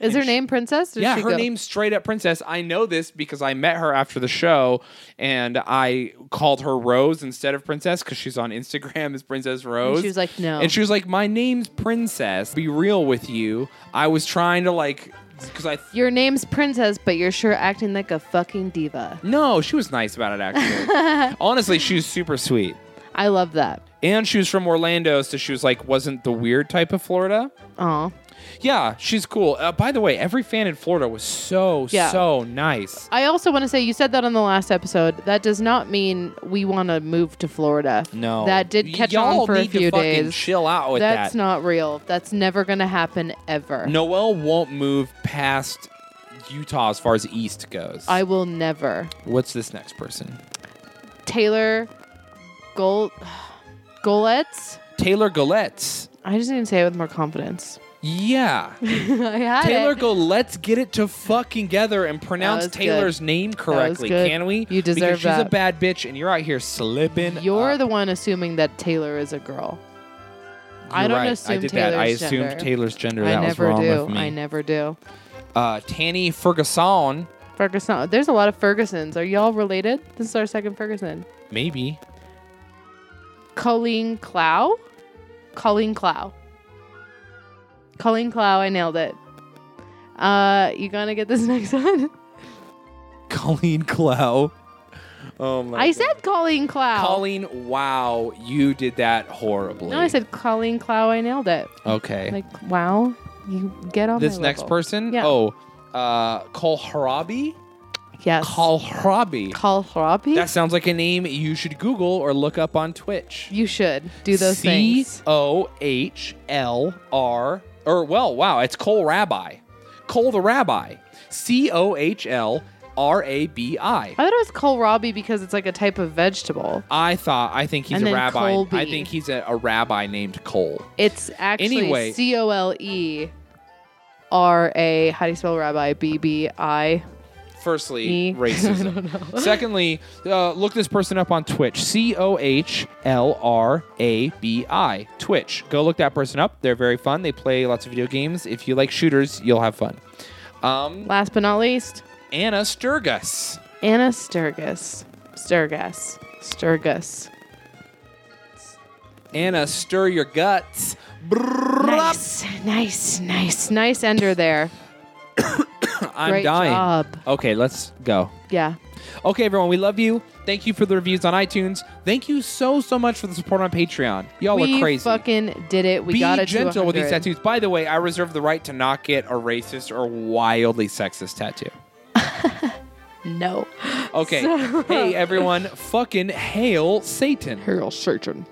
Speaker 2: Is her name Princess? Or
Speaker 3: yeah,
Speaker 2: she
Speaker 3: her
Speaker 2: go-
Speaker 3: name's straight up Princess. I know this because I met her after the show, and I called her Rose instead of Princess because she's on Instagram as Princess Rose.
Speaker 2: she was like, "No."
Speaker 3: and she was like, "My name's Princess. Be real with you. I was trying to like, because I."
Speaker 2: Your name's Princess, but you're sure acting like a fucking diva.
Speaker 3: no, she was nice about
Speaker 2: <laughs>
Speaker 3: it. Actually, honestly, she was super sweet,
Speaker 2: I love that.
Speaker 3: and she was from Orlando, so she was like, wasn't the weird type of Florida.
Speaker 2: Oh,
Speaker 3: Yeah, she's cool. Uh, by the way, every fan in Florida was so
Speaker 2: Yeah.
Speaker 3: so nice.
Speaker 2: I also want to say you said that on the last episode. That does not mean we want to move to Florida.
Speaker 3: No,
Speaker 2: that did
Speaker 3: Y-
Speaker 2: catch
Speaker 3: y'all
Speaker 2: on for a
Speaker 3: need to
Speaker 2: few
Speaker 3: fucking
Speaker 2: days.
Speaker 3: Chill out with
Speaker 2: That's
Speaker 3: that.
Speaker 2: not real. That's never gonna happen ever.
Speaker 3: Noel won't move past Utah as far as east goes.
Speaker 2: I will never.
Speaker 3: What's this next person?
Speaker 2: Taylor, Gol, Golets.
Speaker 3: Taylor Goletz.
Speaker 2: I just need to say it with more confidence.
Speaker 3: Yeah,
Speaker 2: <laughs> I had
Speaker 3: Taylor
Speaker 2: it.
Speaker 3: Goletz. Get it to fucking together and
Speaker 2: That
Speaker 3: pronounce
Speaker 2: was
Speaker 3: Taylor's name correctly,
Speaker 2: good.
Speaker 3: can we?
Speaker 2: You deserve
Speaker 3: because she's a
Speaker 2: that.
Speaker 3: bad bitch, and you're out here slipping.
Speaker 2: You're
Speaker 3: up.
Speaker 2: the one assuming that Taylor is a girl. I
Speaker 3: You're
Speaker 2: don't
Speaker 3: right.
Speaker 2: assume
Speaker 3: I did
Speaker 2: Taylor's
Speaker 3: that. I assumed
Speaker 2: gender.
Speaker 3: Taylor's gender.
Speaker 2: I
Speaker 3: that was
Speaker 2: never
Speaker 3: wrong
Speaker 2: do.
Speaker 3: of me.
Speaker 2: I never do.
Speaker 3: uh, Tanny Ferguson.
Speaker 2: Ferguson. There's a lot of Fergusons. Are y'all related? This is our second Ferguson.
Speaker 3: Maybe.
Speaker 2: Colleen Clow? Colleen Clow. Colleen Clow, I nailed it. Uh, you gonna get this <laughs> next one?
Speaker 3: Colleen Clow. Oh my
Speaker 2: I said Colleen Clow.
Speaker 3: Colleen, wow, you did that horribly.
Speaker 2: No, I said Colleen Clow. I nailed it.
Speaker 3: Okay.
Speaker 2: Like, wow, you get on
Speaker 3: this
Speaker 2: my
Speaker 3: next
Speaker 2: level.
Speaker 3: person?
Speaker 2: Yeah.
Speaker 3: Oh, uh Cole Harabi?
Speaker 2: Yes.
Speaker 3: Cole Harabi.
Speaker 2: Call Harabi?
Speaker 3: That sounds like a name you should Google or look up on Twitch.
Speaker 2: you should do those things.
Speaker 3: C O H L R or well, wow, it's Cole Rabbi. Cole the Rabbi. C O H L R A B I.
Speaker 2: I thought it was kohlrabi because it's like a type of vegetable.
Speaker 3: I thought I think he's
Speaker 2: And
Speaker 3: a
Speaker 2: then
Speaker 3: rabbi.
Speaker 2: Colby.
Speaker 3: I think he's a, a rabbi named Cole.
Speaker 2: It's actually
Speaker 3: Anyway.
Speaker 2: C O L E R A. How do you spell rabbi? B B I.
Speaker 3: firstly,
Speaker 2: Me? <laughs> I <laughs>
Speaker 3: racism. Secondly, uh, look this person up on Twitch. C O H L R A B I. Twitch. Go look that person up. They're very fun. They play lots of video games. If you like shooters, you'll have fun. Um,
Speaker 2: Last but not least,
Speaker 3: Anna Sturgus.
Speaker 2: Anna Sturgis. Sturgis. Sturgis.
Speaker 3: Anna, stir your guts.
Speaker 2: Nice, nice, nice, nice ender there.
Speaker 3: I'm
Speaker 2: Great
Speaker 3: dying.
Speaker 2: job.
Speaker 3: Okay, let's go.
Speaker 2: Yeah.
Speaker 3: Okay, everyone, we love you. Thank you for the reviews on iTunes. Thank you so, so much for the support on Patreon. Y'all
Speaker 2: we
Speaker 3: are crazy.
Speaker 2: fucking did it. We
Speaker 3: Be
Speaker 2: got it. to
Speaker 3: gentle with these
Speaker 2: 100.
Speaker 3: tattoos. By the way, I reserve the right to not get a racist or wildly sexist tattoo.
Speaker 2: No. <gasps>
Speaker 3: Okay. hey, everyone, fucking hail Satan.
Speaker 2: Hail Satan.